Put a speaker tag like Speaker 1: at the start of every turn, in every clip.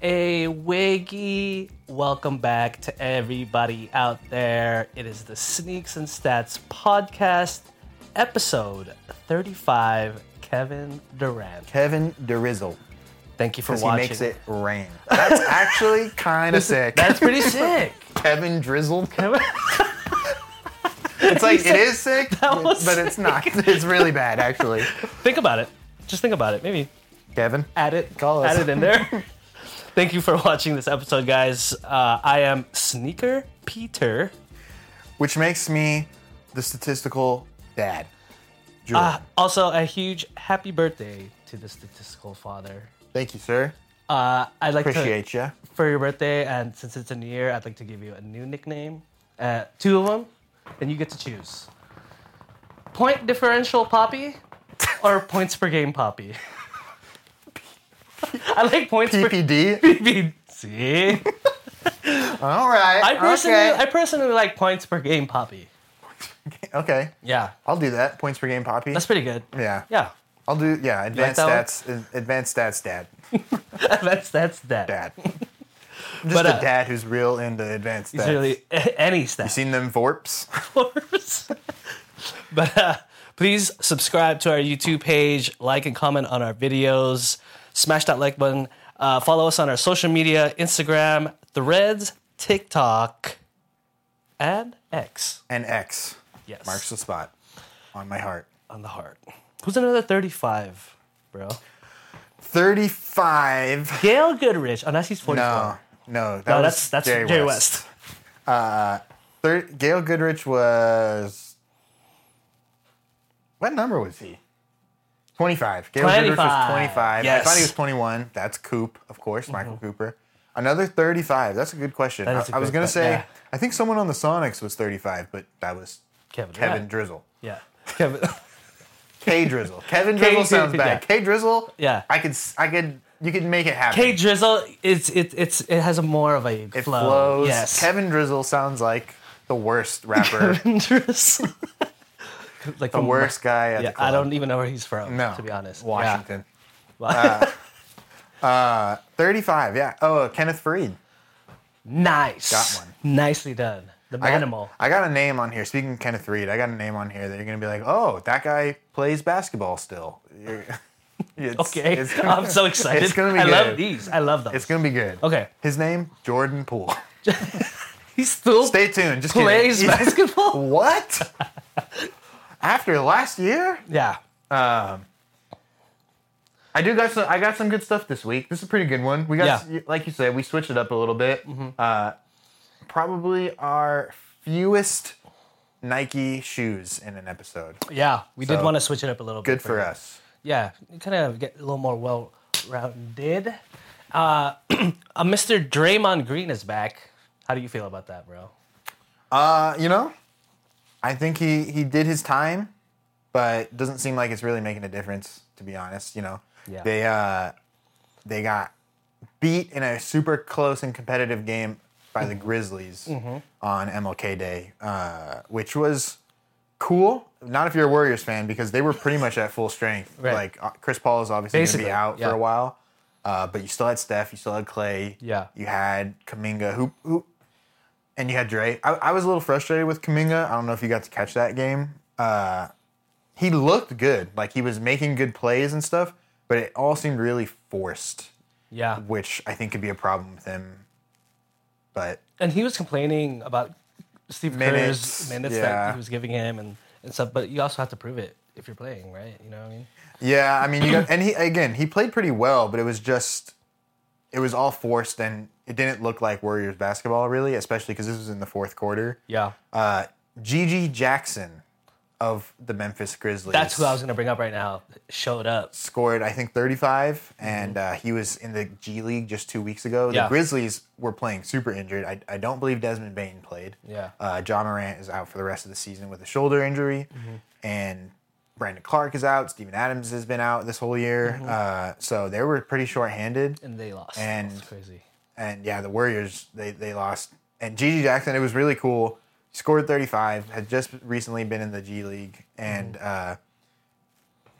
Speaker 1: Hey, Wiggy. Welcome back to everybody out there. It is the Sneaks and Stats podcast, episode 35. Kevin Durant.
Speaker 2: Kevin DeRizzle.
Speaker 1: Thank you for
Speaker 2: Because he
Speaker 1: watching.
Speaker 2: makes it rain. That's actually kind of sick.
Speaker 1: That's pretty sick.
Speaker 2: Kevin Drizzle. It's like, it is sick, but,
Speaker 1: was
Speaker 2: but it's not. It's really bad, actually.
Speaker 1: think about it. Just think about it. Maybe
Speaker 2: Kevin.
Speaker 1: add it.
Speaker 2: Call us.
Speaker 1: Add it in there. Thank you for watching this episode, guys. Uh, I am Sneaker Peter.
Speaker 2: Which makes me the statistical dad. Jordan.
Speaker 1: Uh, also, a huge happy birthday to the statistical father.
Speaker 2: Thank you, sir.
Speaker 1: Uh, I'd like
Speaker 2: Appreciate
Speaker 1: to,
Speaker 2: ya.
Speaker 1: for your birthday, and since it's a new year, I'd like to give you a new nickname. Uh, two of them, and you get to choose: point differential Poppy or points per game Poppy. I like points per
Speaker 2: PPD.
Speaker 1: game. See,
Speaker 2: All right.
Speaker 1: I personally, I
Speaker 2: okay.
Speaker 1: personally like points per game Poppy.
Speaker 2: okay.
Speaker 1: Yeah,
Speaker 2: I'll do that. Points per game, Poppy.
Speaker 1: that's pretty good.
Speaker 2: yeah.
Speaker 1: Yeah,
Speaker 2: I'll do, yeah, advanced
Speaker 1: that one?
Speaker 2: stats. Advanced stats dad.
Speaker 1: that's that's that.
Speaker 2: Dad. Just
Speaker 1: But,
Speaker 2: a
Speaker 1: uh,
Speaker 2: dad who's real into advanced stats.
Speaker 1: It's really any stat.
Speaker 2: Seen them Vorps?
Speaker 1: course. but uh, please subscribe to our YouTube page, like and comment on our videos, smash that like button, uh, follow us on our social media Instagram, Threads, TikTok, and X.
Speaker 2: and X
Speaker 1: Yes.
Speaker 2: marks the spot on my heart.
Speaker 1: on the heart. Who's another 35, bro?
Speaker 2: 35.
Speaker 1: Gail Goodrich, Oh, unless he's 44.
Speaker 2: No, no, that
Speaker 1: No,
Speaker 2: was
Speaker 1: Oh, that's that's Jay, West.
Speaker 2: Thir- Gail Goodrich was. What number was he? 25. Gail Goodrich was
Speaker 1: 25.
Speaker 2: 25. I
Speaker 1: Yes. Mm-hmm.
Speaker 2: thought he was 21. That's Coop, of course, Michael Cooper. Another 35. That's a good question.
Speaker 1: That
Speaker 2: I,
Speaker 1: is a
Speaker 2: I was
Speaker 1: great
Speaker 2: going to
Speaker 1: question.
Speaker 2: say,
Speaker 1: Yeah.
Speaker 2: I think someone on the Sonics was 35, but that was
Speaker 1: Kevin Durant.
Speaker 2: Kevin Drizzle.
Speaker 1: Yeah. Kevin.
Speaker 2: K Drizzle. Kevin Drizzle sounds
Speaker 1: yeah.
Speaker 2: bad. K Drizzle.
Speaker 1: Yeah.
Speaker 2: I could. s- I could. You could make it happen.
Speaker 1: Hey Drizzle, it's it it's it has a more of a
Speaker 2: it
Speaker 1: flow.
Speaker 2: flows.
Speaker 1: Yes.
Speaker 2: Kevin Drizzle sounds like the worst rapper,
Speaker 1: Andrews. like
Speaker 2: the worst guy at
Speaker 1: Yeah,
Speaker 2: the club.
Speaker 1: I don't even know where he's from.
Speaker 2: No,
Speaker 1: to be honest, Yeah.
Speaker 2: Washington. Uh,
Speaker 1: Wow.
Speaker 2: Thirty-five. Yeah. Oh, Kenneth Fareed.
Speaker 1: nice.
Speaker 2: Got one.
Speaker 1: Nicely done. The
Speaker 2: I got-
Speaker 1: animal.
Speaker 2: I got a name on here. Speaking of Kenneth Fareed, I got a name on here that you're gonna be like, oh, that guy plays basketball still. You're- it's-
Speaker 1: Okay,
Speaker 2: It's,
Speaker 1: I'm so excited.
Speaker 2: it's gonna be
Speaker 1: I love
Speaker 2: good.
Speaker 1: these. I love them.
Speaker 2: it's gonna be good.
Speaker 1: Okay.
Speaker 2: His name Jordan Poole.
Speaker 1: He still
Speaker 2: Stay tuned. Just
Speaker 1: plays
Speaker 2: kidding.
Speaker 1: basketball.
Speaker 2: what? After last year?
Speaker 1: Yeah.
Speaker 2: I do got some. I got some good stuff this week. This is a pretty good one. We got,
Speaker 1: Yeah.
Speaker 2: like you said, we switched it up a little bit. Uh, probably our fewest Nike shoes in an episode.
Speaker 1: Yeah. We did
Speaker 2: So,
Speaker 1: want to switch it up a little bit.
Speaker 2: Good for us.
Speaker 1: Yeah. Kind of get a little more well rounded. Uh, uh, Mr. Draymond Green is back. How do you feel about that, bro?
Speaker 2: Uh, you know, I think he he did his time, but doesn't seem like it's really making a difference. To be honest, you know,
Speaker 1: Yeah.
Speaker 2: they uh, they got beat in a super close and competitive game by the Grizzlies
Speaker 1: Mm-hmm.
Speaker 2: on MLK Day, uh, which was cool. Not if you're a Warriors fan, because they were pretty much at full strength.
Speaker 1: Right.
Speaker 2: Like uh, Chris Paul is obviously going to
Speaker 1: Basically,
Speaker 2: be out
Speaker 1: yeah.
Speaker 2: for a while, uh, but you still had Steph, you still had Clay,
Speaker 1: Yeah.
Speaker 2: you had Kaminga, who who, and you had Dre. I, I was a little frustrated with Kaminga. I don't know if you got to catch that game. Uh, he looked good, like he was making good plays and stuff, but it all seemed really forced
Speaker 1: Yeah.
Speaker 2: which I think could be a problem with him. But
Speaker 1: and he was complaining about Steve
Speaker 2: Minutes,
Speaker 1: Kerr's minutes
Speaker 2: yeah.
Speaker 1: that he was giving him and, and stuff. But you also have to prove it if you're playing, right? You know what I mean?
Speaker 2: yeah, I mean, you got, and he again, he played pretty well, but it was just, it was all forced, and it didn't look like Warriors basketball really, especially because this was in the fourth quarter.
Speaker 1: Yeah,
Speaker 2: Uh, Gigi Jackson of the Memphis Grizzlies.
Speaker 1: that's who I was gonna bring up right now. Showed up.
Speaker 2: scored, I think, 35, and uh, he was in the G League just two weeks ago.
Speaker 1: Yeah.
Speaker 2: The Grizzlies were playing super injured. I, I don't believe Desmond Bain played.
Speaker 1: Yeah.
Speaker 2: Uh, John Morant is out for the rest of the season with a shoulder injury,
Speaker 1: Mm-hmm.
Speaker 2: and Brandon Clark is out. Stephen Adams has been out this whole year.
Speaker 1: Mm-hmm.
Speaker 2: Uh, so they were pretty shorthanded.
Speaker 1: And they lost.
Speaker 2: And-
Speaker 1: That's crazy.
Speaker 2: And yeah, the Warriors, they, they lost. And Gigi Jackson, it was really cool. He scored 35, had just recently been in the G League, and
Speaker 1: Mm-hmm.
Speaker 2: uh,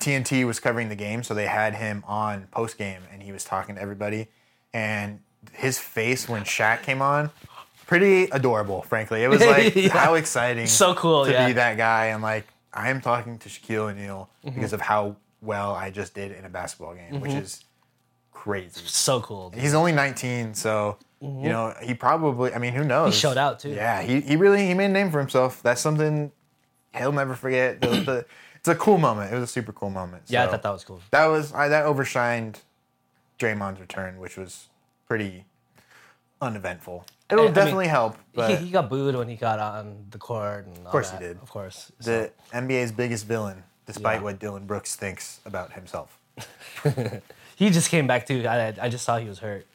Speaker 2: TNT was covering the game, so they had him on post game and he was talking to everybody. And his face when Shaq came on, pretty adorable. Frankly, it was like
Speaker 1: Yeah.
Speaker 2: how exciting,
Speaker 1: So cool,
Speaker 2: to
Speaker 1: yeah.
Speaker 2: be that guy, and like I am talking to Shaquille O'Neal
Speaker 1: Mm-hmm.
Speaker 2: because of how well I just did in a basketball game, which is crazy.
Speaker 1: So cool. dude.
Speaker 2: He's only 19, so you know he probably. I mean, who knows?
Speaker 1: Mm-hmm. showed out, too.
Speaker 2: Yeah, he, he really he made a name for himself. That's something he'll never forget. The- the- it's a cool moment. It was a super cool moment.
Speaker 1: Yeah, I
Speaker 2: so.
Speaker 1: thought that was cool.
Speaker 2: That was I, that overshined Draymond's return, which was pretty uneventful. It'll
Speaker 1: I mean,
Speaker 2: definitely help,
Speaker 1: He,
Speaker 2: but
Speaker 1: he got booed when he got on the court. And of
Speaker 2: course he did.
Speaker 1: Of course. So-
Speaker 2: the NBA's biggest villain, despite
Speaker 1: Yeah.
Speaker 2: what Dylan Brooks thinks about himself.
Speaker 1: he just came back too. I, I just saw he was hurt.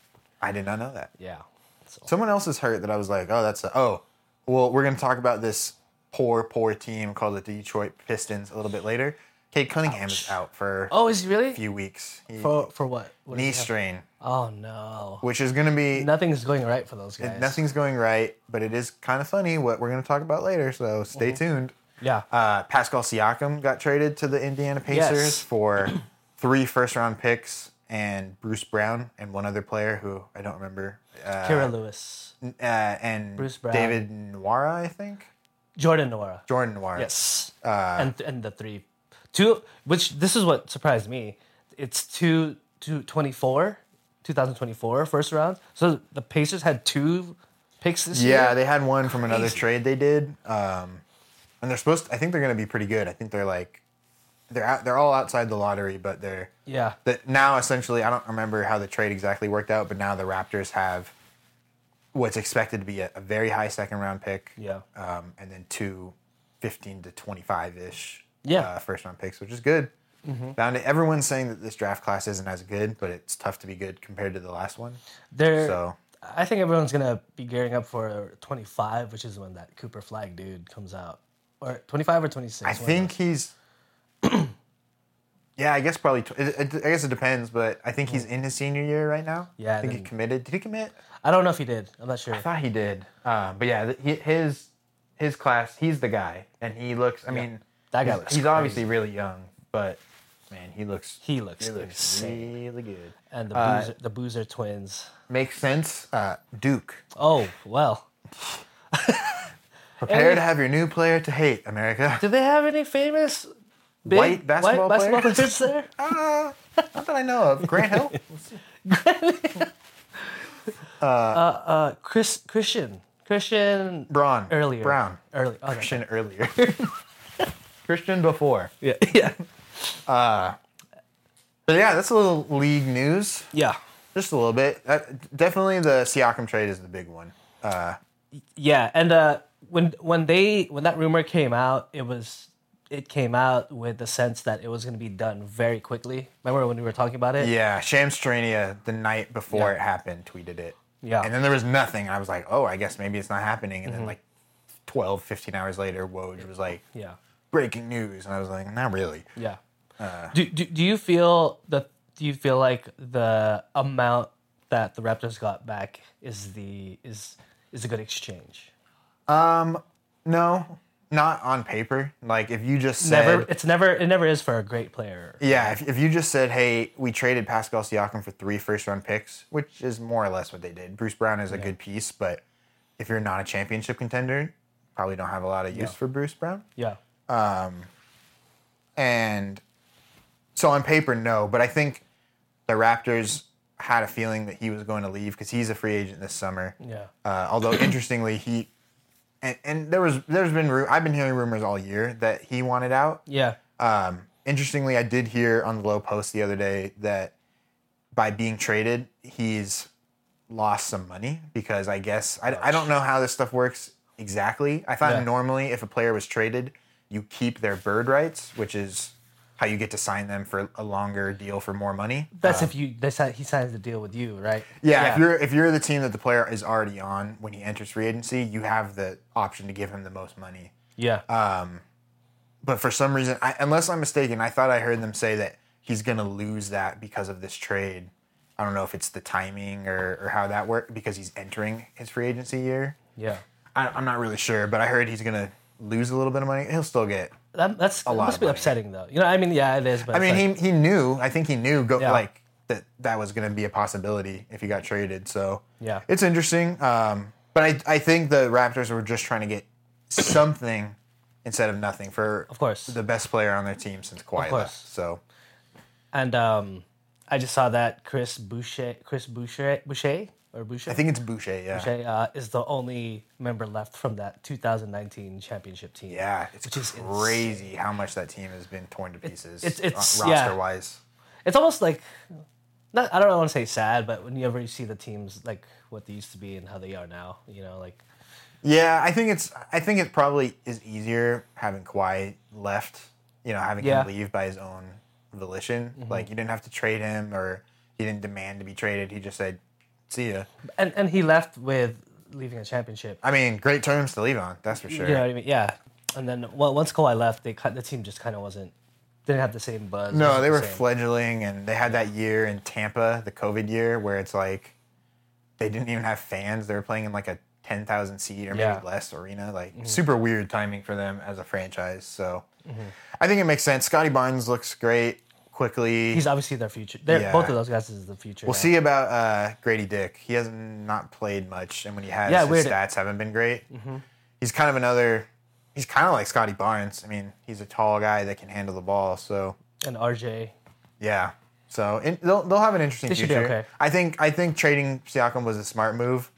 Speaker 2: I did not know that.
Speaker 1: Yeah. So,
Speaker 2: Someone else is hurt that I was like, oh, that's a, oh, well, we're gonna talk about this poor, poor team called the Detroit Pistons a little bit later. Kate Cunningham is out for
Speaker 1: oh, is he really?
Speaker 2: a few weeks. He-
Speaker 1: for for what? What
Speaker 2: knee
Speaker 1: does he have?
Speaker 2: strain,
Speaker 1: Oh no.
Speaker 2: which is gonna be
Speaker 1: Nothing's going right for those guys.
Speaker 2: Nothing's going right, but it is kind of funny what we're going to talk about later. So stay
Speaker 1: Mm-hmm.
Speaker 2: tuned.
Speaker 1: Yeah.
Speaker 2: Uh, Pascal Siakam got traded to the Indiana Pacers
Speaker 1: Yes.
Speaker 2: for three first round picks and Bruce Brown and one other player who I don't remember. Uh,
Speaker 1: Kira Lewis,
Speaker 2: uh, and
Speaker 1: Bruce Brown.
Speaker 2: David Nwara, I think.
Speaker 1: Jordan Nora.
Speaker 2: Jordan Nwara.
Speaker 1: Yes.
Speaker 2: Uh,
Speaker 1: and and the three, two. Which this is what surprised me. It's two two twenty four. 2024 first round. So the Pacers had two picks this
Speaker 2: Yeah,
Speaker 1: year.
Speaker 2: they had one from another
Speaker 1: Crazy.
Speaker 2: trade they did. Um, and they're supposed I think they're going to be pretty good. I think they're like, they're out, they're all outside the lottery, but they're
Speaker 1: Yeah.
Speaker 2: that now essentially I don't remember how the trade exactly worked out, but now the Raptors have what's expected to be a, a very high second round pick.
Speaker 1: Yeah.
Speaker 2: Um, and then two 15 to 25 ish
Speaker 1: Yeah. Mm-hmm.
Speaker 2: uh, first round picks, which is good. Found it. Everyone's saying that this draft class isn't as good, but it's tough to be good compared to the last one.
Speaker 1: They're,
Speaker 2: So
Speaker 1: I think everyone's gonna be gearing up for 25, which is when that Cooper Flag dude comes out, or 25 or 26.
Speaker 2: I think he's. Yeah, I guess probably. Tw- it, it- I guess it depends, but I think he's in his senior year right now.
Speaker 1: Yeah,
Speaker 2: I think he
Speaker 1: then-
Speaker 2: committed. Did he commit?
Speaker 1: I don't know if he did. I'm not sure.
Speaker 2: I thought he did. Um, but yeah, th- he, his his class, he's the guy, and he looks. I mean,
Speaker 1: That guy
Speaker 2: he's,
Speaker 1: looks
Speaker 2: he's
Speaker 1: crazy.
Speaker 2: obviously really young, but man, he looks
Speaker 1: He looks
Speaker 2: he looks
Speaker 1: insane.
Speaker 2: really good.
Speaker 1: And the
Speaker 2: Uh,
Speaker 1: Boozer, the Boozer twins.
Speaker 2: Makes sense. Uh, Duke,
Speaker 1: Oh well.
Speaker 2: prepare to have your new player to hate America.
Speaker 1: Do they have any famous big
Speaker 2: White basketball
Speaker 1: white basketball
Speaker 2: players?
Speaker 1: players there?
Speaker 2: Ah, not that I know of. Grant Hill.
Speaker 1: Uh, Chris Christian Christian
Speaker 2: Braun.
Speaker 1: earlier
Speaker 2: Brown.
Speaker 1: early okay.
Speaker 2: Christian earlier. Christian before.
Speaker 1: yeah yeah
Speaker 2: But yeah, that's a little league news.
Speaker 1: yeah
Speaker 2: Just a little bit. That, definitely the Siakam trade is the big one. Uh,
Speaker 1: yeah and uh, when when they when that rumor came out it was it came out with the sense that it was going to be done very quickly. Remember when we were talking about it?
Speaker 2: Yeah, Sham Strania the night before it happened tweeted it.
Speaker 1: Yeah. Mm-hmm.
Speaker 2: And then there was nothing. I was like, oh, I guess maybe it's not happening. And then like 12, 15 hours later, Woj was like,
Speaker 1: Yeah.
Speaker 2: breaking news. And I was like, not really.
Speaker 1: Yeah. do, do do you feel the do you feel like the amount that the Raptors got back is the is is a good exchange?
Speaker 2: No, not on paper. Like if you just said,
Speaker 1: Never it's never it never is for a great player.
Speaker 2: yeah, if, if you just said, hey, we traded Pascal Siakam for three first round picks, which is more or less what they did. Bruce Brown is a good piece, but if you're not a championship contender, probably don't have a lot of use for Bruce Brown.
Speaker 1: Yeah.
Speaker 2: And so on paper, no. But I think the Raptors had a feeling that he was going to leave because he's a free agent this summer.
Speaker 1: Yeah.
Speaker 2: Uh, although interestingly, he and, and there was there's been ru- I've been hearing rumors all year that he wanted out.
Speaker 1: Yeah.
Speaker 2: Um, interestingly, I did hear on the low post the other day that by being traded, he's lost some money because I guess I, I don't know how this stuff works exactly. I thought
Speaker 1: Yeah.
Speaker 2: normally if a player was traded, you keep their bird rights, which is how you get to sign them for a longer deal for more money.
Speaker 1: That's if you that's how he signs the deal with you, right?
Speaker 2: Uh, Yeah, if you're if you're the team that the player is already on when he enters free agency, you have the option to give him the most money.
Speaker 1: Yeah.
Speaker 2: uh, But for some reason, I, unless I'm mistaken, I thought I heard them say that he's going to lose that because of this trade. I don't know if it's the timing or, or how that worked because he's entering his free agency year.
Speaker 1: yeah.
Speaker 2: I, I'm not really sure, but I heard he's going to lose a little bit of money. He'll still get.
Speaker 1: That, that's that
Speaker 2: lot
Speaker 1: must
Speaker 2: of
Speaker 1: be
Speaker 2: money.
Speaker 1: upsetting though. You know, I mean, yeah, it is, but
Speaker 2: I mean, he he knew. I think he knew. Go
Speaker 1: Yeah.
Speaker 2: like that that was going to be a possibility if he got traded. So
Speaker 1: Yeah.
Speaker 2: it's interesting. Um, but I I think the Raptors were just trying to get something instead of nothing for of
Speaker 1: course.
Speaker 2: the best player on their team since Kawhi
Speaker 1: course.
Speaker 2: left. So
Speaker 1: And um, I just saw that Chris Boucher, Chris Boucher, Boucher or Boucher,
Speaker 2: I think it's Boucher. Yeah,
Speaker 1: uh, is the only member left from that 2019 championship team.
Speaker 2: yeah. It's
Speaker 1: Which is
Speaker 2: crazy how much that team has been torn to pieces. uh,
Speaker 1: it's- it's-
Speaker 2: roster
Speaker 1: yeah.
Speaker 2: wise.
Speaker 1: it's almost like not, I don't want to say sad, but whenever you see the teams like what they used to be and how they are now, you know, like
Speaker 2: Yeah, I think it's I think it probably is easier having Kawhi left, you know, having
Speaker 1: Yeah. Mm-hmm.
Speaker 2: him leave by his own volition. Like you didn't have to trade him or he didn't demand to be traded. He just said, "See ya."
Speaker 1: and and he left with leaving a championship.
Speaker 2: I mean, great terms to leave on, that's for sure.
Speaker 1: You know what I mean? Yeah. And then well, once Kawhi left, they cut the team just kind of wasn't didn't have the same buzz.
Speaker 2: No,
Speaker 1: wasn't
Speaker 2: they
Speaker 1: the
Speaker 2: were
Speaker 1: same.
Speaker 2: fledgling and they had that year in Tampa, the COVID year where it's like they didn't even have fans. They were playing in like a 10,000 seat or maybe
Speaker 1: Yeah. Mm-hmm.
Speaker 2: less arena. Like super weird timing for them as a franchise. So I think it makes sense. Scotty Barnes looks great quickly.
Speaker 1: He's obviously their future. They're,
Speaker 2: Yeah.
Speaker 1: Both of those guys is the future.
Speaker 2: We'll see about uh, Grady Dick. He has not played much, and when he has,
Speaker 1: Yeah,
Speaker 2: his
Speaker 1: weird. Mm-hmm.
Speaker 2: stats haven't been great. He's kind of another. He's kind of like Scotty Barnes. I mean, he's a tall guy that can handle the ball. So
Speaker 1: And RJ,
Speaker 2: yeah, so in, they'll they'll have an interesting
Speaker 1: They should do
Speaker 2: future.
Speaker 1: okay.
Speaker 2: I think I think trading Siakam was a smart move.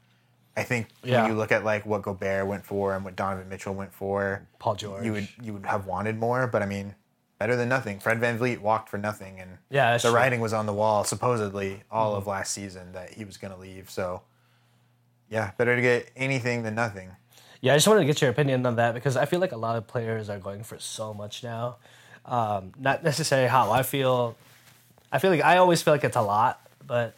Speaker 2: I think
Speaker 1: Yeah.
Speaker 2: when you look at like what Gobert went for and what Donovan Mitchell went for,
Speaker 1: Paul George.
Speaker 2: you would you would have wanted more. But I mean, better than nothing. Fred Van Vliet walked for nothing, and
Speaker 1: Yeah, that's
Speaker 2: the
Speaker 1: true. Mm-hmm.
Speaker 2: writing was on the wall supposedly all of last season that he was going to leave. So, yeah, better to get anything than nothing.
Speaker 1: Yeah, I just wanted to get your opinion on that because I feel like a lot of players are going for so much now. Um, not necessarily how I feel. I feel like I always feel like it's a lot, but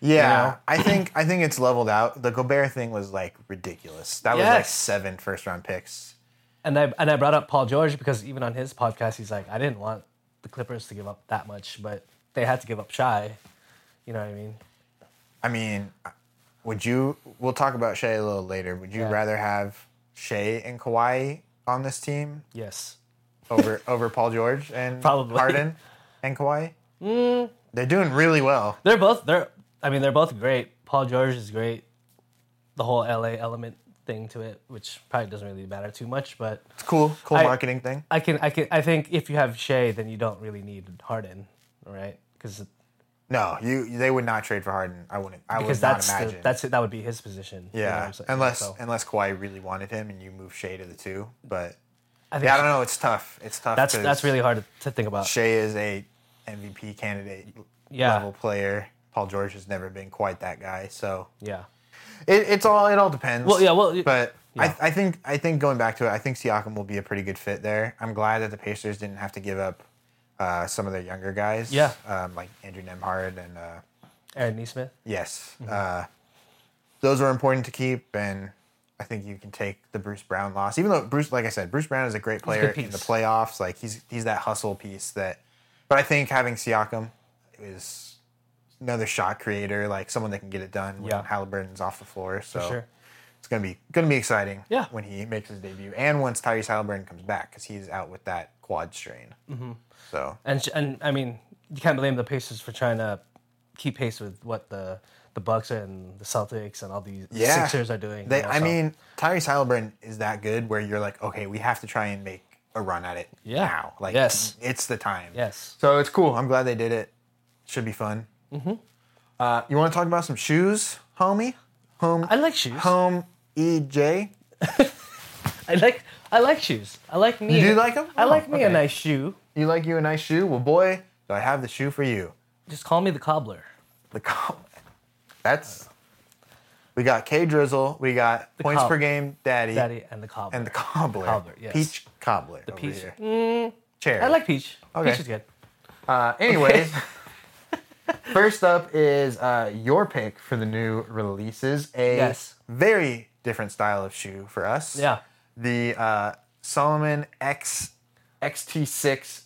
Speaker 2: Yeah,
Speaker 1: You know?
Speaker 2: I think I think it's leveled out. The Gobert thing was like ridiculous. That was like
Speaker 1: Yes.
Speaker 2: seven first round picks.
Speaker 1: and I and I brought up Paul George because even on his podcast, he's like, I didn't want the Clippers to give up that much, but they had to give up shy. You know what I mean?
Speaker 2: I mean, would you? We'll talk about Shea a little later. Would you
Speaker 1: Yeah.
Speaker 2: rather have Shea and Kawhi on this team
Speaker 1: Yes.
Speaker 2: over over Paul George and
Speaker 1: Probably. Mm.
Speaker 2: Harden and Kawhi? They're doing really well.
Speaker 1: They're both they're I mean they're both great. Paul George is great. The whole LA element thing to it, which probably doesn't really matter too much, but
Speaker 2: It's cool, cool
Speaker 1: I-
Speaker 2: marketing thing.
Speaker 1: I can I can I think if you have Shea, then you don't really need Harden, right? Because
Speaker 2: No, you they would not trade for Harden. I wouldn't. I would
Speaker 1: because
Speaker 2: not
Speaker 1: that's the,
Speaker 2: imagine.
Speaker 1: that's it, that would be his position. you know what
Speaker 2: yeah,
Speaker 1: I'm saying?
Speaker 2: unless
Speaker 1: So,
Speaker 2: unless Kawhi really wanted him and you move Shea to the two, but
Speaker 1: I think
Speaker 2: yeah, I don't know. It's tough. It's tough.
Speaker 1: that's
Speaker 2: 'cause
Speaker 1: that's really hard to, to think about.
Speaker 2: Shea is a MVP candidate
Speaker 1: Yeah.
Speaker 2: level player. Paul George has never been quite that guy. So
Speaker 1: Yeah,
Speaker 2: it, it's all it all depends.
Speaker 1: Well, yeah, well, it-
Speaker 2: but
Speaker 1: yeah.
Speaker 2: I, I think I think going back to it, I think Siakam will be a pretty good fit there. I'm glad that the Pacers didn't have to give up uh, some of their younger guys.
Speaker 1: Yeah.
Speaker 2: um, like Andrew Nemhard and. Uh,
Speaker 1: Aaron Neesmith.
Speaker 2: Yes.
Speaker 1: Mm-hmm.
Speaker 2: Uh, those are important to keep, and I think you can take the Bruce Brown loss. Even though Bruce, like I said, Bruce Brown is a great player in the
Speaker 1: piece.
Speaker 2: playoffs. Like he's he's that hustle piece that. But I think having Siakam is another shot creator, like someone that can get it done when
Speaker 1: Yeah.
Speaker 2: Halliburton's off the floor. So
Speaker 1: sure.
Speaker 2: it's gonna be gonna be exciting.
Speaker 1: Yeah.
Speaker 2: When he makes his debut, and once Tyrese Halliburton comes back, because he's out with that quad strain. Mm-hmm. So
Speaker 1: And sh- and I mean you can't blame the Pacers for trying to keep pace with what the the Bucks and the Celtics and all these
Speaker 2: Yeah.
Speaker 1: Sixers are doing. you
Speaker 2: They,
Speaker 1: know,
Speaker 2: I
Speaker 1: so-
Speaker 2: mean, Tyrese Halliburton is that good where you're like, okay, we have to try and make a run at it
Speaker 1: Yeah.
Speaker 2: now. Like,
Speaker 1: Yes.
Speaker 2: it's the time.
Speaker 1: yes.
Speaker 2: So it's cool. I'm glad they did it. Should be fun. Mm-hmm. Uh, you want to talk about some shoes, homie? Home,
Speaker 1: I like shoes.
Speaker 2: home, E EJ.
Speaker 1: I like I like shoes. I like me.
Speaker 2: You do like 'em?
Speaker 1: I
Speaker 2: Oh,
Speaker 1: like me a
Speaker 2: okay.
Speaker 1: nice shoe.
Speaker 2: You like you a nice shoe? Well, boy, do I have the shoe for you.
Speaker 1: Just call me the cobbler.
Speaker 2: The co- that's. We got K Drizzle. We got points
Speaker 1: cob-
Speaker 2: per game, Daddy,
Speaker 1: Daddy and the cobbler.
Speaker 2: and the cobbler,
Speaker 1: Cobbler, yes.
Speaker 2: peach cobbler. The
Speaker 1: peach-
Speaker 2: Here. Cherry.
Speaker 1: Mm. I like peach.
Speaker 2: Okay.
Speaker 1: Peach is good.
Speaker 2: Uh, anyways, first up is uh, your pick for the new releases. A
Speaker 1: Yes.
Speaker 2: very different style of shoe for us.
Speaker 1: Yeah.
Speaker 2: The uh, Solomon X XT6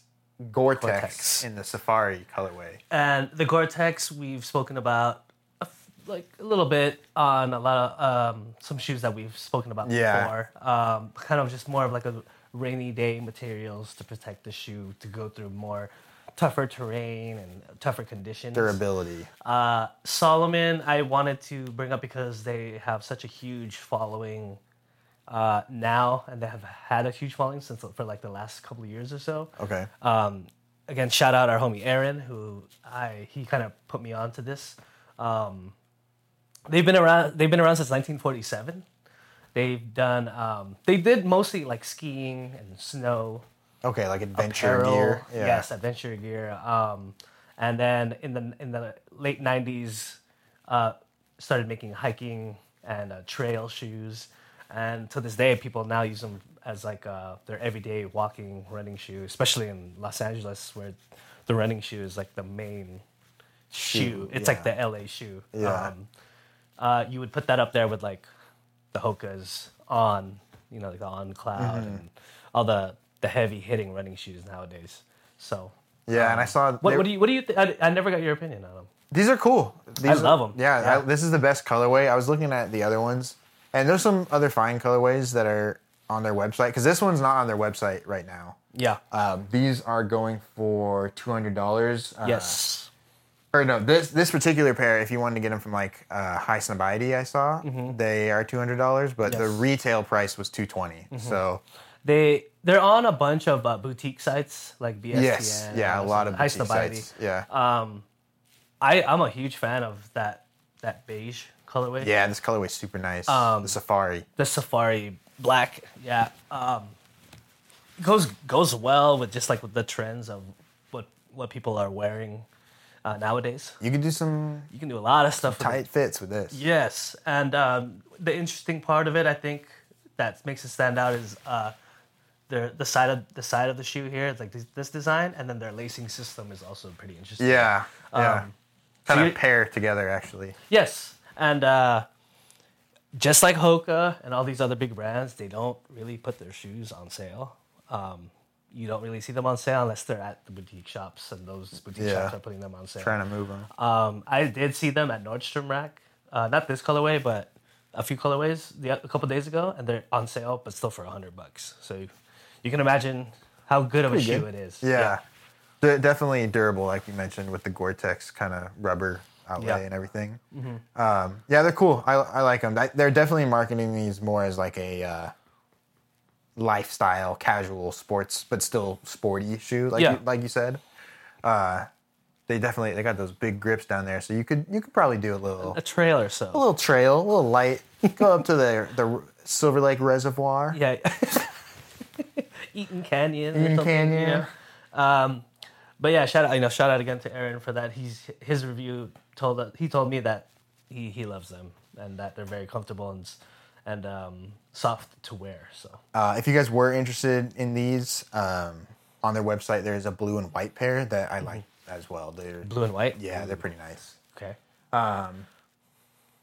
Speaker 2: Gore-Tex,
Speaker 1: Gore-Tex.
Speaker 2: in the Safari colorway.
Speaker 1: And the Gore-Tex we've spoken about a f- like a little bit on a lot of um, some shoes that we've spoken about
Speaker 2: Yeah.
Speaker 1: before. Um, kind of just more of like a rainy day materials to protect the shoe to go through more tougher terrain and tougher conditions.
Speaker 2: Durability.
Speaker 1: Uh, Solomon, I wanted to bring up because they have such a huge following uh, now, and they have had a huge following since for like the last couple of years or so.
Speaker 2: Okay.
Speaker 1: Um, again, shout out our homie Aaron, who I he kind of put me onto this. Um, they've been around. They've been around since 1947. They've done. Um, they did mostly like skiing and snow
Speaker 2: Okay, like adventure
Speaker 1: apparel.
Speaker 2: gear.
Speaker 1: Yes, adventure gear. Um, and then in the in the late '90s, uh, started making hiking and uh, trail shoes. And to this day, people now use them as like uh, their everyday walking running shoe, especially in Los Angeles, where the running shoe is like the main shoe. It's like the
Speaker 2: yeah.
Speaker 1: LA shoe.
Speaker 2: Yeah.
Speaker 1: Um, uh, you would put that up there with like the Hoka's on, you know, like the on cloud
Speaker 2: Mm-hmm.
Speaker 1: and all the the heavy hitting running shoes nowadays. So
Speaker 2: Yeah, and I saw.
Speaker 1: what,
Speaker 2: they-
Speaker 1: what do you what do you think? I, I never got your opinion on them.
Speaker 2: These are cool. These
Speaker 1: love
Speaker 2: are-
Speaker 1: 'em.
Speaker 2: Yeah,
Speaker 1: Yeah.
Speaker 2: I, this is the best colorway. I was looking at the other ones, and there's some other fine colorways that are on their website because this one's not on their website right now.
Speaker 1: Yeah.
Speaker 2: Um, these are going for two hundred dollars. Uh,
Speaker 1: yes.
Speaker 2: or no, this this particular pair, if you wanted to get them from like uh, High Snobiety, I saw they are two hundred dollars, but the
Speaker 1: Mm-hmm. Yes. Mm-hmm.
Speaker 2: retail price was two So
Speaker 1: They they're on a bunch of uh, boutique sites like BSTN.
Speaker 2: yes, yeah, a
Speaker 1: or
Speaker 2: lot of
Speaker 1: something.
Speaker 2: boutique
Speaker 1: High Snobiety. Uh,
Speaker 2: sites. Yeah,
Speaker 1: I I'm a huge fan of that that beige colorway.
Speaker 2: yeah, this colorway's super nice.
Speaker 1: um,
Speaker 2: the safari.
Speaker 1: the safari black yeah um goes goes well with just like with the trends of what what people are wearing uh, nowadays
Speaker 2: You could do some
Speaker 1: you can do a lot of stuff with it.
Speaker 2: tight fits with this.
Speaker 1: yes and um the interesting part of it i think that makes it stand out is uh the, the side of the side of the shoe here, it's like this, this design, and then their lacing system is also pretty interesting.
Speaker 2: Yeah, yeah.
Speaker 1: Um,
Speaker 2: kind
Speaker 1: so
Speaker 2: of
Speaker 1: you-
Speaker 2: pair together actually.
Speaker 1: Yes, and uh, just like Hoka and all these other big brands, they don't really put their shoes on sale. Um, you don't really see them on sale unless they're at the boutique shops, and those boutique
Speaker 2: Yeah.
Speaker 1: shops are putting them on sale.
Speaker 2: Trying to move them.
Speaker 1: Um, I did see them at Nordstrom Rack, uh, not this colorway, but a few colorways the, a couple days ago, and they're on sale, but still for hundred bucks. So you, you can imagine how good of a shoe
Speaker 2: good.
Speaker 1: it is.
Speaker 2: yeah. They're definitely durable, like you mentioned, with the Gore-Tex kind of rubber outlay
Speaker 1: Yeah. Mm-hmm.
Speaker 2: and everything. Um, yeah, they're cool. I, I like them. they're definitely marketing these more as like a uh, lifestyle, casual sports, but still sporty shoe, like
Speaker 1: Yeah.
Speaker 2: you, like you said. Uh, they definitely they got those big grips down there, so you could you could probably do a little
Speaker 1: a trail or
Speaker 2: a
Speaker 1: so.
Speaker 2: little trail, a little light. Go up to the the Silver Lake Reservoir.
Speaker 1: Yeah, Eaton Canyon. or
Speaker 2: Eaton
Speaker 1: something, you
Speaker 2: Canyon.
Speaker 1: know? But yeah, shout out you know shout out again to Aaron for that. He's his review told he told me that he, he loves them and that they're very comfortable and s- and um, soft to wear. So
Speaker 2: Uh, if you guys were interested in these, um, on their website there is a blue and white pair that I like as well. They're
Speaker 1: Mm-hmm. blue and white.
Speaker 2: yeah, they're pretty nice.
Speaker 1: Okay.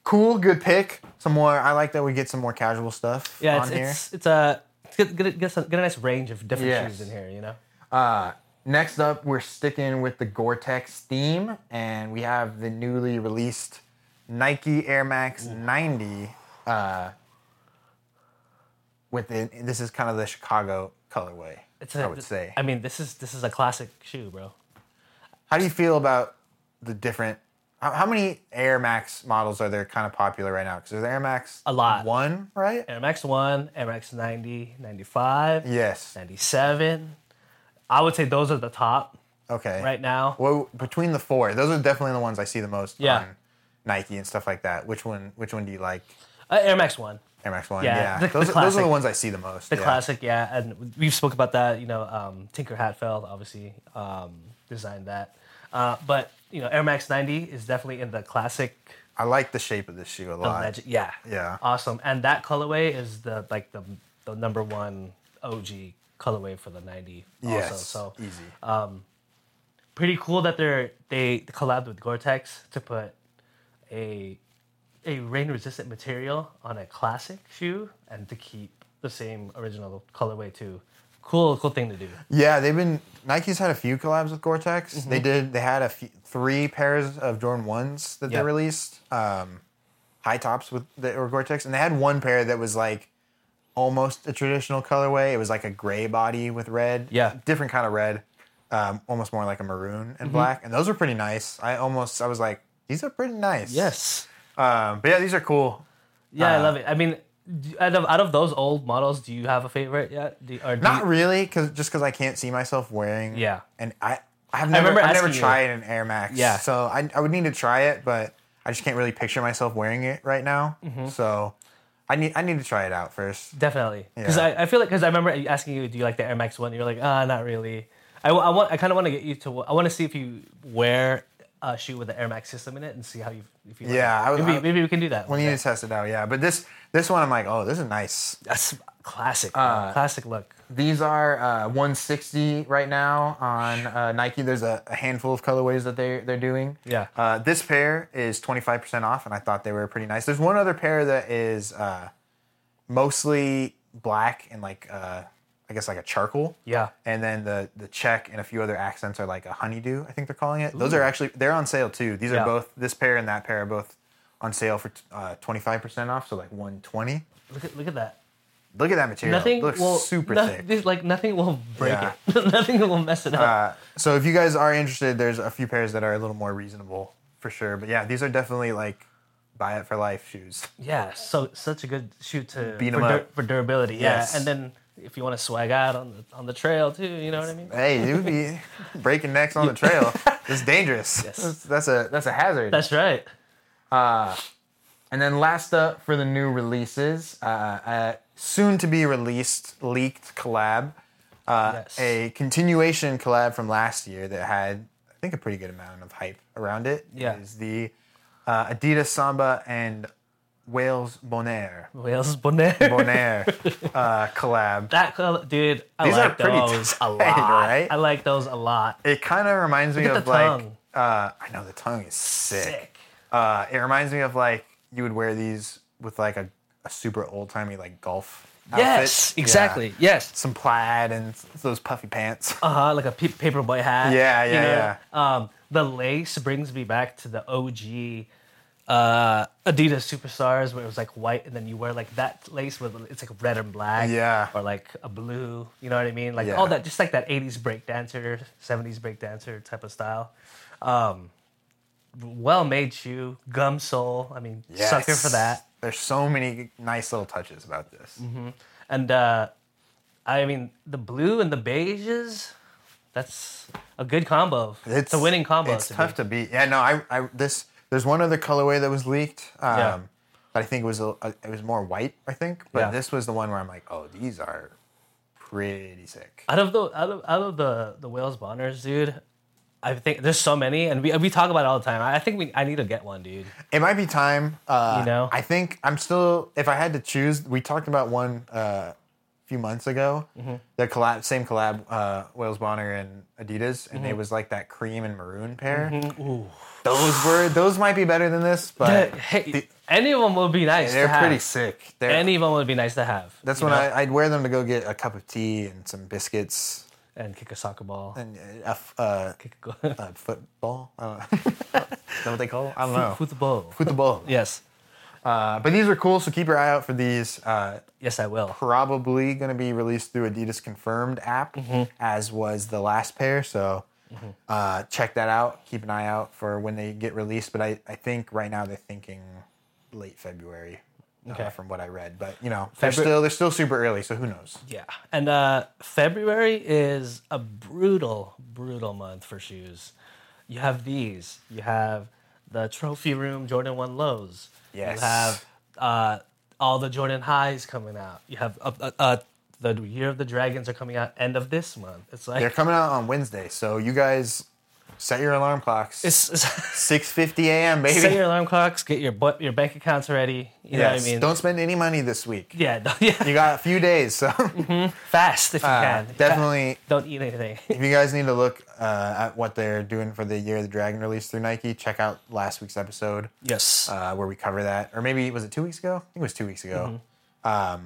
Speaker 2: Cool, good pick. Some more. I like that we get some more casual stuff
Speaker 1: Yeah,
Speaker 2: on
Speaker 1: it's
Speaker 2: here.
Speaker 1: it's, it's a it's good, good, get, some, get a nice range of different
Speaker 2: Yes.
Speaker 1: shoes in here. You know.
Speaker 2: Next up, we're sticking with the Gore-Tex theme, and we have the newly released Nike Air Max 90. Uh, with the, this is kind of the Chicago colorway.
Speaker 1: It's
Speaker 2: I
Speaker 1: a-
Speaker 2: would say.
Speaker 1: I mean, this is this is a classic shoe, bro.
Speaker 2: How do you feel about the different? How, how many Air Max models are there kind of popular right now? Because there's Air Max
Speaker 1: A lot.
Speaker 2: one, right?
Speaker 1: Air Max One, Air Max 90, 95,
Speaker 2: Yes.
Speaker 1: 97. I would say those are the top
Speaker 2: Okay.
Speaker 1: right now.
Speaker 2: Well, between the four, those are definitely the ones I see the most
Speaker 1: Yeah.
Speaker 2: on Nike and stuff like that. Which one? Which one do you like?
Speaker 1: Uh, Air Max One.
Speaker 2: Air Max One.
Speaker 1: Yeah,
Speaker 2: Yeah.
Speaker 1: the- the
Speaker 2: those, are- those are
Speaker 1: classic.
Speaker 2: the ones I see the most.
Speaker 1: The
Speaker 2: yeah.
Speaker 1: classic, yeah, and we've spoke about that. You know, um, Tinker Hatfield obviously um, designed that, uh, but you know, Air Max ninety is definitely in the classic
Speaker 2: I like the shape of this shoe a lot.
Speaker 1: legend. Yeah,
Speaker 2: Yeah.
Speaker 1: awesome. And that colorway is the like the the number one OG colorway for the ninety.
Speaker 2: Yes.
Speaker 1: Also, so uh,
Speaker 2: easy.
Speaker 1: pretty cool that they're they collabed with Gore-Tex to put a a rain resistant material on a classic shoe and to keep the same original colorway too. Cool, cool thing to do.
Speaker 2: Yeah, they've been Nike's had a few collabs with Gore-Tex.
Speaker 1: Mm-hmm.
Speaker 2: They did. They had a few, three pairs of Jordan ones that
Speaker 1: Yeah.
Speaker 2: they released, um, high tops with that were Gore-Tex, and they had one pair that was like almost a traditional colorway. It was like a gray body with red.
Speaker 1: Yeah. Mm-hmm.
Speaker 2: different kind of red. um, almost more like a maroon and black, and those were pretty nice. I almost I was like, these are pretty nice.
Speaker 1: Yes.
Speaker 2: Um, but yeah, these are cool.
Speaker 1: Yeah,
Speaker 2: Uh,
Speaker 1: I love it. I mean, d- out of out of those old models, do you have a favorite yet? Do, or do
Speaker 2: Not
Speaker 1: you-
Speaker 2: really, cause just because I can't see myself wearing.
Speaker 1: Yeah.
Speaker 2: And I I've never
Speaker 1: remember
Speaker 2: I've never
Speaker 1: asking you.
Speaker 2: tried an Air Max.
Speaker 1: Yeah.
Speaker 2: So I I would need to try it, but I just can't really picture myself wearing it right now.
Speaker 1: Mm-hmm.
Speaker 2: So I need I need to try it out first.
Speaker 1: Definitely, because
Speaker 2: Yeah.
Speaker 1: I, I feel like because I remember asking you, do you like the Air Max One? You're like, ah, not really. I, wa- I want I kind of want to get you to I want to see if you wear a shoe with the Air Max system in it and see how you if you like
Speaker 2: Yeah,
Speaker 1: it.
Speaker 2: I was-
Speaker 1: maybe
Speaker 2: I-
Speaker 1: maybe we can do that.
Speaker 2: We need to test it out. Yeah. But this this one I'm like, oh, this is nice.
Speaker 1: That's classic,
Speaker 2: Uh,
Speaker 1: classic look.
Speaker 2: These are uh, 160 right now on uh, Nike. There's a, a handful of colorways that they they're doing.
Speaker 1: Yeah.
Speaker 2: Uh, this pair is 25% off, and I thought they were pretty nice. There's one other pair that is uh, mostly black and like uh, I guess like a charcoal.
Speaker 1: Yeah.
Speaker 2: And then the the check and a few other accents are like a honeydew. I think they're calling it. Those are actually they're on sale too. These
Speaker 1: Yeah.
Speaker 2: are both this pair and that pair are both on sale for uh, 25% off, so like 120.
Speaker 1: Look at look at that.
Speaker 2: Look at that material.
Speaker 1: Nothing
Speaker 2: it looks
Speaker 1: will
Speaker 2: super
Speaker 1: no-
Speaker 2: thick.
Speaker 1: this- Like nothing will break
Speaker 2: Yeah.
Speaker 1: it. nothing will mess it up.
Speaker 2: Uh, so if you guys are interested, there's a few pairs that are a little more reasonable for sure. But yeah, these are definitely like buy it for life shoes.
Speaker 1: yeah, so such a good shoe to
Speaker 2: Beat
Speaker 1: for,
Speaker 2: 'em
Speaker 1: dur-
Speaker 2: up.
Speaker 1: for durability. Yeah,
Speaker 2: Yes.
Speaker 1: and then if you want to swag out on the on the trail too, you know what I mean.
Speaker 2: Hey, you would be breaking necks on the trail. It's dangerous. That's, that's a that's a hazard.
Speaker 1: That's right.
Speaker 2: and then last up for the new releases, uh, uh, soon to be released leaked collab, uh,
Speaker 1: Yes.
Speaker 2: a continuation collab from last year that had I think a pretty good amount of hype around it.
Speaker 1: Yeah.
Speaker 2: is the uh, Adidas Samba and Wales Bonaire.
Speaker 1: Wales Bonaire.
Speaker 2: Bonaire uh, collab.
Speaker 1: That color, dude, I
Speaker 2: These are
Speaker 1: like
Speaker 2: pretty
Speaker 1: those
Speaker 2: tight,
Speaker 1: a lot.
Speaker 2: right?
Speaker 1: I like those a lot.
Speaker 2: It kind of reminds me
Speaker 1: Look at
Speaker 2: of
Speaker 1: the
Speaker 2: like
Speaker 1: tongue.
Speaker 2: uh, I know the tongue is sick.
Speaker 1: Sick.
Speaker 2: Uh, it reminds me of like you would wear these with like a, a super old timey like golf.
Speaker 1: Yes,
Speaker 2: outfit. Yeah.
Speaker 1: exactly. Yes.
Speaker 2: Some plaid and those puffy pants.
Speaker 1: Uh huh. Like a pe- paperboy hat.
Speaker 2: Yeah, yeah,
Speaker 1: yeah. Um, the lace brings me back to the OG uh, Adidas superstars where it was like white, and then you wear like that lace with it's like red and black.
Speaker 2: Yeah.
Speaker 1: Or like a blue. You know what I mean? Like
Speaker 2: Yeah.
Speaker 1: all that, just like that '80s breakdancer, '70s breakdancer type of style. Um, well made shoe, gum sole. I mean, sucker for
Speaker 2: Yes.
Speaker 1: that.
Speaker 2: There's so many nice little touches about this.
Speaker 1: And uh, I mean, the blue and the beiges, that's a good combo. It's, a winning combo.
Speaker 2: It's
Speaker 1: to
Speaker 2: tough
Speaker 1: me.
Speaker 2: to beat. Yeah, no, I, I this there's one other colorway that was leaked. Um,
Speaker 1: Yeah.
Speaker 2: But I think it was a, a- it was more white. I think, but
Speaker 1: Yeah.
Speaker 2: this was the one where I'm like, oh, these are pretty sick.
Speaker 1: Out of the out of, out of the the Wales Bonners, dude. I think there's so many, and we, we talk about it all the time. I think we I need to get one, dude.
Speaker 2: It might be time. Uh,
Speaker 1: You know?
Speaker 2: I think I'm still. If I had to choose, we talked about one uh, a few months ago.
Speaker 1: Mm-hmm.
Speaker 2: The collab, same collab, uh, Wales Bonner and Adidas, and
Speaker 1: Mm-hmm.
Speaker 2: it was like that cream and maroon pair. Those were those might be better than this, but
Speaker 1: hey,
Speaker 2: the-
Speaker 1: any of them would be nice.
Speaker 2: they're
Speaker 1: to have.
Speaker 2: pretty sick. They're,
Speaker 1: Any of them would be nice to have.
Speaker 2: That's
Speaker 1: you
Speaker 2: when
Speaker 1: know?
Speaker 2: I, I'd wear them to go get a cup of tea and some biscuits
Speaker 1: and kick a soccer ball.
Speaker 2: and uh, a f- uh,
Speaker 1: Kick a goal.
Speaker 2: a football. I don't know. Is that what they call it? I don't know.
Speaker 1: Football.
Speaker 2: Football.
Speaker 1: Yes,
Speaker 2: Uh, but these are cool, so keep your eye out for these. Uh,
Speaker 1: yes, I will.
Speaker 2: probably going to be released through Adidas Confirmed app,
Speaker 1: Mm-hmm.
Speaker 2: as was the last pair. So uh, check that out. Keep an eye out for when they get released. But I, I think right now they're thinking late February. uh,
Speaker 1: Okay.
Speaker 2: from what I read, but you know they're
Speaker 1: Febru-
Speaker 2: still they're still super early, so who knows?
Speaker 1: Yeah, and uh, February is a brutal, brutal month for shoes. You have these. You have the Trophy Room Jordan One lows.
Speaker 2: Yes.
Speaker 1: You have uh, all the Jordan highs coming out. You have uh, uh, uh, the Year of the Dragons are coming out end of this month. It's like
Speaker 2: They're coming out on Wednesday, so you guys set your alarm clocks. It's
Speaker 1: it's, it's
Speaker 2: six fifty a.m. baby.
Speaker 1: set your alarm clocks, get your bu- your bank accounts ready. You know what
Speaker 2: Yes,
Speaker 1: I mean?
Speaker 2: Don't spend any money this week.
Speaker 1: yeah, don't, yeah.
Speaker 2: You got a few days, so
Speaker 1: fast if you
Speaker 2: uh,
Speaker 1: can.
Speaker 2: definitely.
Speaker 1: Don't eat anything.
Speaker 2: If you guys need to look uh, at what they're doing for the Year of the Dragon release through Nike, check out last week's episode
Speaker 1: yes.
Speaker 2: uh, where we cover that. Or maybe was it two weeks ago? I think it was two weeks ago. Um,
Speaker 1: Mm-hmm.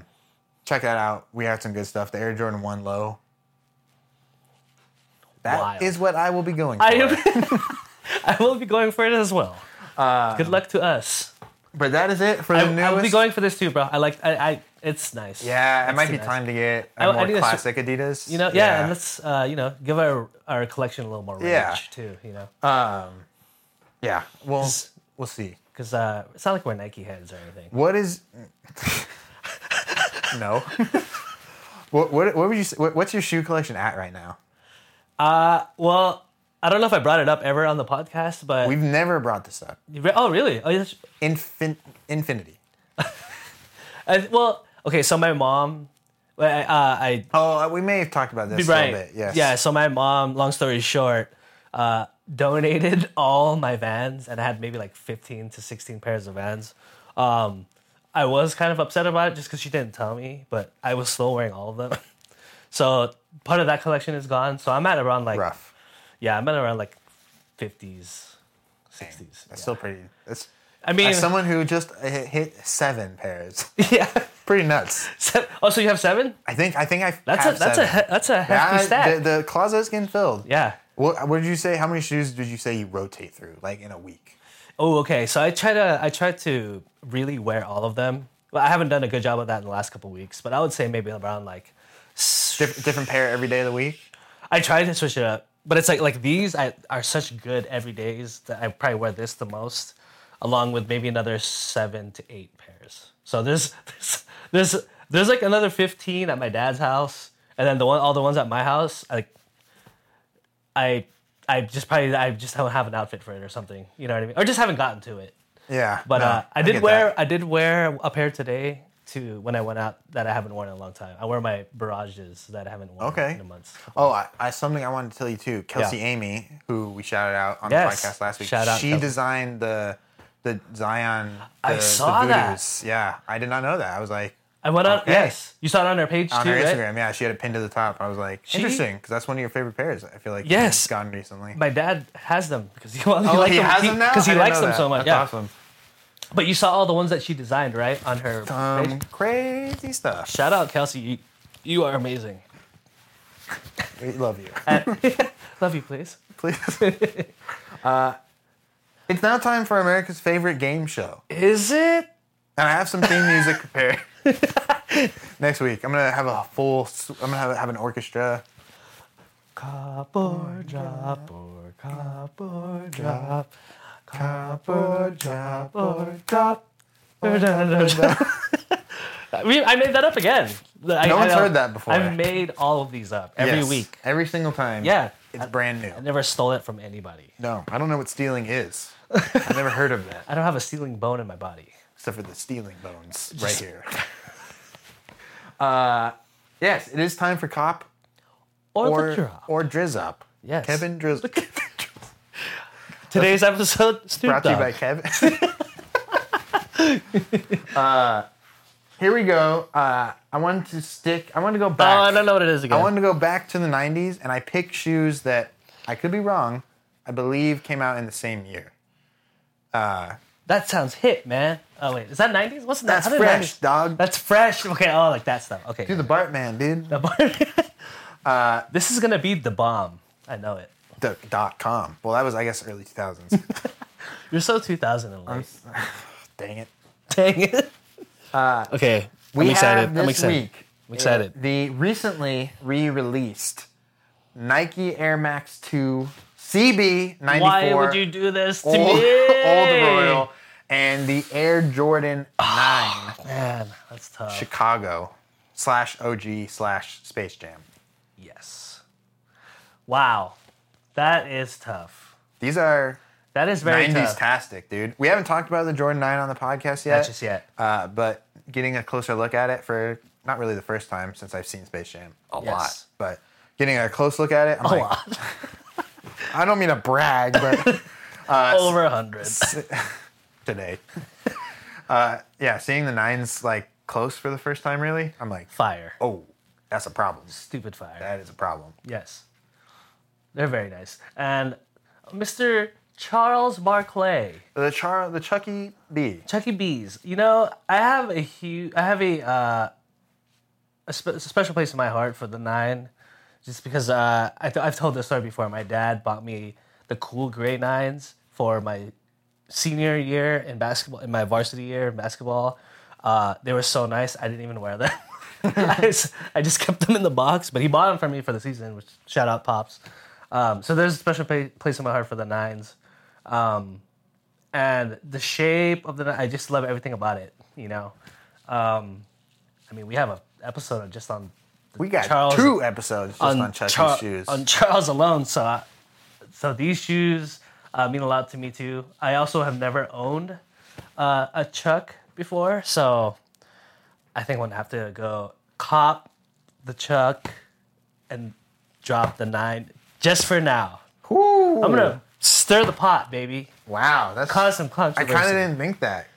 Speaker 2: check that out. We had some good stuff. The Air Jordan One Low. That is
Speaker 1: Wild.
Speaker 2: what I will be going. For.
Speaker 1: I am. I will be going for it as well. Good luck to us.
Speaker 2: but that is it for Uh, the
Speaker 1: I,
Speaker 2: newest.
Speaker 1: will be going for this too, bro. I like. I, I It's nice.
Speaker 2: Yeah, it
Speaker 1: It's
Speaker 2: might be
Speaker 1: nice.
Speaker 2: time to get a
Speaker 1: I- I
Speaker 2: more
Speaker 1: think that's-
Speaker 2: classic Adidas.
Speaker 1: You know, yeah, and let's uh, you know give our our collection a little more range
Speaker 2: Yeah.
Speaker 1: too. You know,
Speaker 2: um, yeah. We'll
Speaker 1: This-
Speaker 2: we'll see.
Speaker 1: because uh, it's not like we're Nike heads or anything.
Speaker 2: What is? no. what, what what would you? say- What, what's your shoe collection at right now?
Speaker 1: Uh, Well, I don't know if I brought it up ever on the podcast, but
Speaker 2: We've never brought this up.
Speaker 1: You re- oh really? Oh, yes.
Speaker 2: Infin- infinity.
Speaker 1: I, Uh, well, okay. So my mom, well, I, uh, I
Speaker 2: Oh, we may have talked about this a little
Speaker 1: right,
Speaker 2: bit. Yes.
Speaker 1: yeah. So my mom, long story short, uh, donated all my Vans, and I had maybe like fifteen to sixteen pairs of Vans. Um, I was kind of upset about it just because she didn't tell me, but I was still wearing all of them. so part of that collection is gone. So I'm at around like
Speaker 2: Rough.
Speaker 1: yeah, I'm at around like fifties, sixties.
Speaker 2: That's still pretty. That's
Speaker 1: I mean,
Speaker 2: as someone who just uh, hit hit seven pairs.
Speaker 1: yeah.
Speaker 2: pretty nuts.
Speaker 1: Seven- Oh, so you have seven?
Speaker 2: I think. I think I.
Speaker 1: That's
Speaker 2: have
Speaker 1: a that's a
Speaker 2: seven.
Speaker 1: he- that's a hefty
Speaker 2: Yeah,
Speaker 1: stat.
Speaker 2: The, the closet's getting filled.
Speaker 1: yeah.
Speaker 2: What, what did you say? How many shoes did you say you rotate through, like in a week?
Speaker 1: Oh, okay. So I try to I try to really wear all of them. Well, I haven't done a good job of that in the last couple of weeks, but I would say maybe around like s-
Speaker 2: Diff- different pair every day of the week.
Speaker 1: I try to switch it up, but it's like like these I, are such good everydays that I probably wear this the most, along with maybe another seven to eight pairs. So there's there's there's, there's like another fifteen at my dad's house, and then the one all the ones at my house like I I just probably I just don't have an outfit for it or something. You know what I mean? Or just haven't gotten to it.
Speaker 2: Yeah,
Speaker 1: But
Speaker 2: no,
Speaker 1: uh, I did
Speaker 2: get
Speaker 1: wear
Speaker 2: that.
Speaker 1: I did wear a pair today to when I went out that I haven't worn in a long time. I wear my barrages that I haven't worn
Speaker 2: Okay.
Speaker 1: in a month.
Speaker 2: Oh, I, I something I wanted to tell you too. Kelsey
Speaker 1: Yeah.
Speaker 2: Amy, who we shouted out on
Speaker 1: Yes.
Speaker 2: the podcast last week,
Speaker 1: Shout out,
Speaker 2: she
Speaker 1: Kelsey.
Speaker 2: designed the the Zion. The,
Speaker 1: I saw
Speaker 2: the
Speaker 1: that.
Speaker 2: voodoos. Yeah, I did not know that. I was like
Speaker 1: I went on
Speaker 2: Okay.
Speaker 1: yes. You saw it on her page
Speaker 2: on
Speaker 1: too,
Speaker 2: her
Speaker 1: right?
Speaker 2: Instagram. Yeah, she had it pinned to the top. I was like, interesting, because that's one of your favorite pairs. I feel like
Speaker 1: Yes.
Speaker 2: you've gotten recently.
Speaker 1: My dad has them because he, well, he,
Speaker 2: Oh,
Speaker 1: liked
Speaker 2: he
Speaker 1: them.
Speaker 2: has them now
Speaker 1: because he
Speaker 2: I didn't
Speaker 1: likes
Speaker 2: know
Speaker 1: them
Speaker 2: that.
Speaker 1: so much.
Speaker 2: That's
Speaker 1: yeah.
Speaker 2: awesome.
Speaker 1: But you saw all the ones that she designed, right? On her
Speaker 2: Um,
Speaker 1: page.
Speaker 2: crazy stuff.
Speaker 1: Shout out Kelsey, you, you are amazing.
Speaker 2: We love you.
Speaker 1: Love you, please.
Speaker 2: Please. uh, it's now time for America's favorite game show.
Speaker 1: Is it?
Speaker 2: And I have some theme music prepared. Next week, I'm gonna have a full. s- I'm gonna have, have an orchestra.
Speaker 1: Cup or drop or cup or drop. Cup or drop. or drop. I mean, I made that up again. No I,
Speaker 2: No one's
Speaker 1: I-
Speaker 2: heard that before.
Speaker 1: I made all of these up every
Speaker 2: Yes,
Speaker 1: week.
Speaker 2: every single time.
Speaker 1: Yeah.
Speaker 2: it's brand
Speaker 1: I
Speaker 2: new.
Speaker 1: never stole it from anybody.
Speaker 2: No, I don't know what stealing is. I've never heard of that,
Speaker 1: I don't have a stealing bone in my body.
Speaker 2: except for the stealing bones right
Speaker 1: Just-
Speaker 2: here. uh, yes, it is time for cop
Speaker 1: Or, the
Speaker 2: or
Speaker 1: drop.
Speaker 2: or drizz up.
Speaker 1: Yes.
Speaker 2: Kevin Drizz.
Speaker 1: Today's episode Snoop
Speaker 2: Brought to you
Speaker 1: Dogg.
Speaker 2: by Kevin. uh, here we go. Uh, I wanted to stick. I wanted to go
Speaker 1: Oh,
Speaker 2: back.
Speaker 1: I don't know what it is again.
Speaker 2: I wanted to go back to the 90s and I picked shoes that I could be wrong, I believe came out in the same year.
Speaker 1: that sounds hit, man. Oh wait, is that nineties? What's that?
Speaker 2: That's
Speaker 1: how did
Speaker 2: fresh,
Speaker 1: 90s
Speaker 2: dog.
Speaker 1: That's fresh. Okay, oh like that stuff. Okay.
Speaker 2: Dude, the Bartman, dude.
Speaker 1: The bar- this is gonna be the bomb. I know it.
Speaker 2: The dot com. Well, that was, I guess, early 2000s.
Speaker 1: You're so 2000 and late.
Speaker 2: Dang it.
Speaker 1: Dang it. okay, I'm excited.
Speaker 2: Uh, have
Speaker 1: I'm
Speaker 2: this
Speaker 1: excited.
Speaker 2: week uh,
Speaker 1: I'm excited.
Speaker 2: The recently re released Nike Air Max 2 CB 94.
Speaker 1: Why would you do this to
Speaker 2: Old,
Speaker 1: me?
Speaker 2: Old Royal and the Air Jordan
Speaker 1: Oh.
Speaker 2: 9
Speaker 1: Man, that's tough.
Speaker 2: Chicago slash OG slash Space Jam.
Speaker 1: yes. Wow, that is tough.
Speaker 2: These are
Speaker 1: That is very
Speaker 2: nineties
Speaker 1: tough.
Speaker 2: tastic, dude. We haven't talked about the Jordan Nine on the podcast yet,
Speaker 1: Not just yet.
Speaker 2: Uh, but getting a closer look at it for not really the first time since I've seen Space Jam a
Speaker 1: Yes.
Speaker 2: lot, but getting a close look at it, I'm like, I don't mean to brag, but Uh,
Speaker 1: Over a hundred.
Speaker 2: today, uh, yeah, seeing the nines like close for the first time, really, I'm like,
Speaker 1: Fire.
Speaker 2: oh, that's a problem.
Speaker 1: Stupid fire.
Speaker 2: That is a problem.
Speaker 1: yes. They're very nice. And Mr. Charles Barclay,
Speaker 2: The Char, the Chucky B.
Speaker 1: Chucky E. Bees. You know, I have a huge, I have a, uh, a, spe- a special place in my heart for the nine, just because uh, I th- I've told this story before. My dad bought me the cool gray nines for my senior year in basketball, in my varsity year in basketball. Uh, they were so nice. I didn't even wear them. I, just, I just kept them in the box, but he bought them for me for the season, which shout out pops. Um, so there's a special pa- place in my heart for the nines, um, and the shape of the. ni- I just love everything about it. You know, um, I mean, we have a episode just on
Speaker 2: We got
Speaker 1: Charles-
Speaker 2: two episodes just on, E. Chucky's
Speaker 1: Char-
Speaker 2: shoes.
Speaker 1: on Charles alone. So, I, so these shoes uh, mean a lot to me too. I also have never owned uh, a Chuck before, so I think I'm gonna have to go cop the Chuck and drop the nine just for now.
Speaker 2: Ooh.
Speaker 1: I'm gonna stir the pot, baby.
Speaker 2: wow, that's
Speaker 1: Cause some
Speaker 2: I
Speaker 1: controversy.
Speaker 2: kind of didn't think that.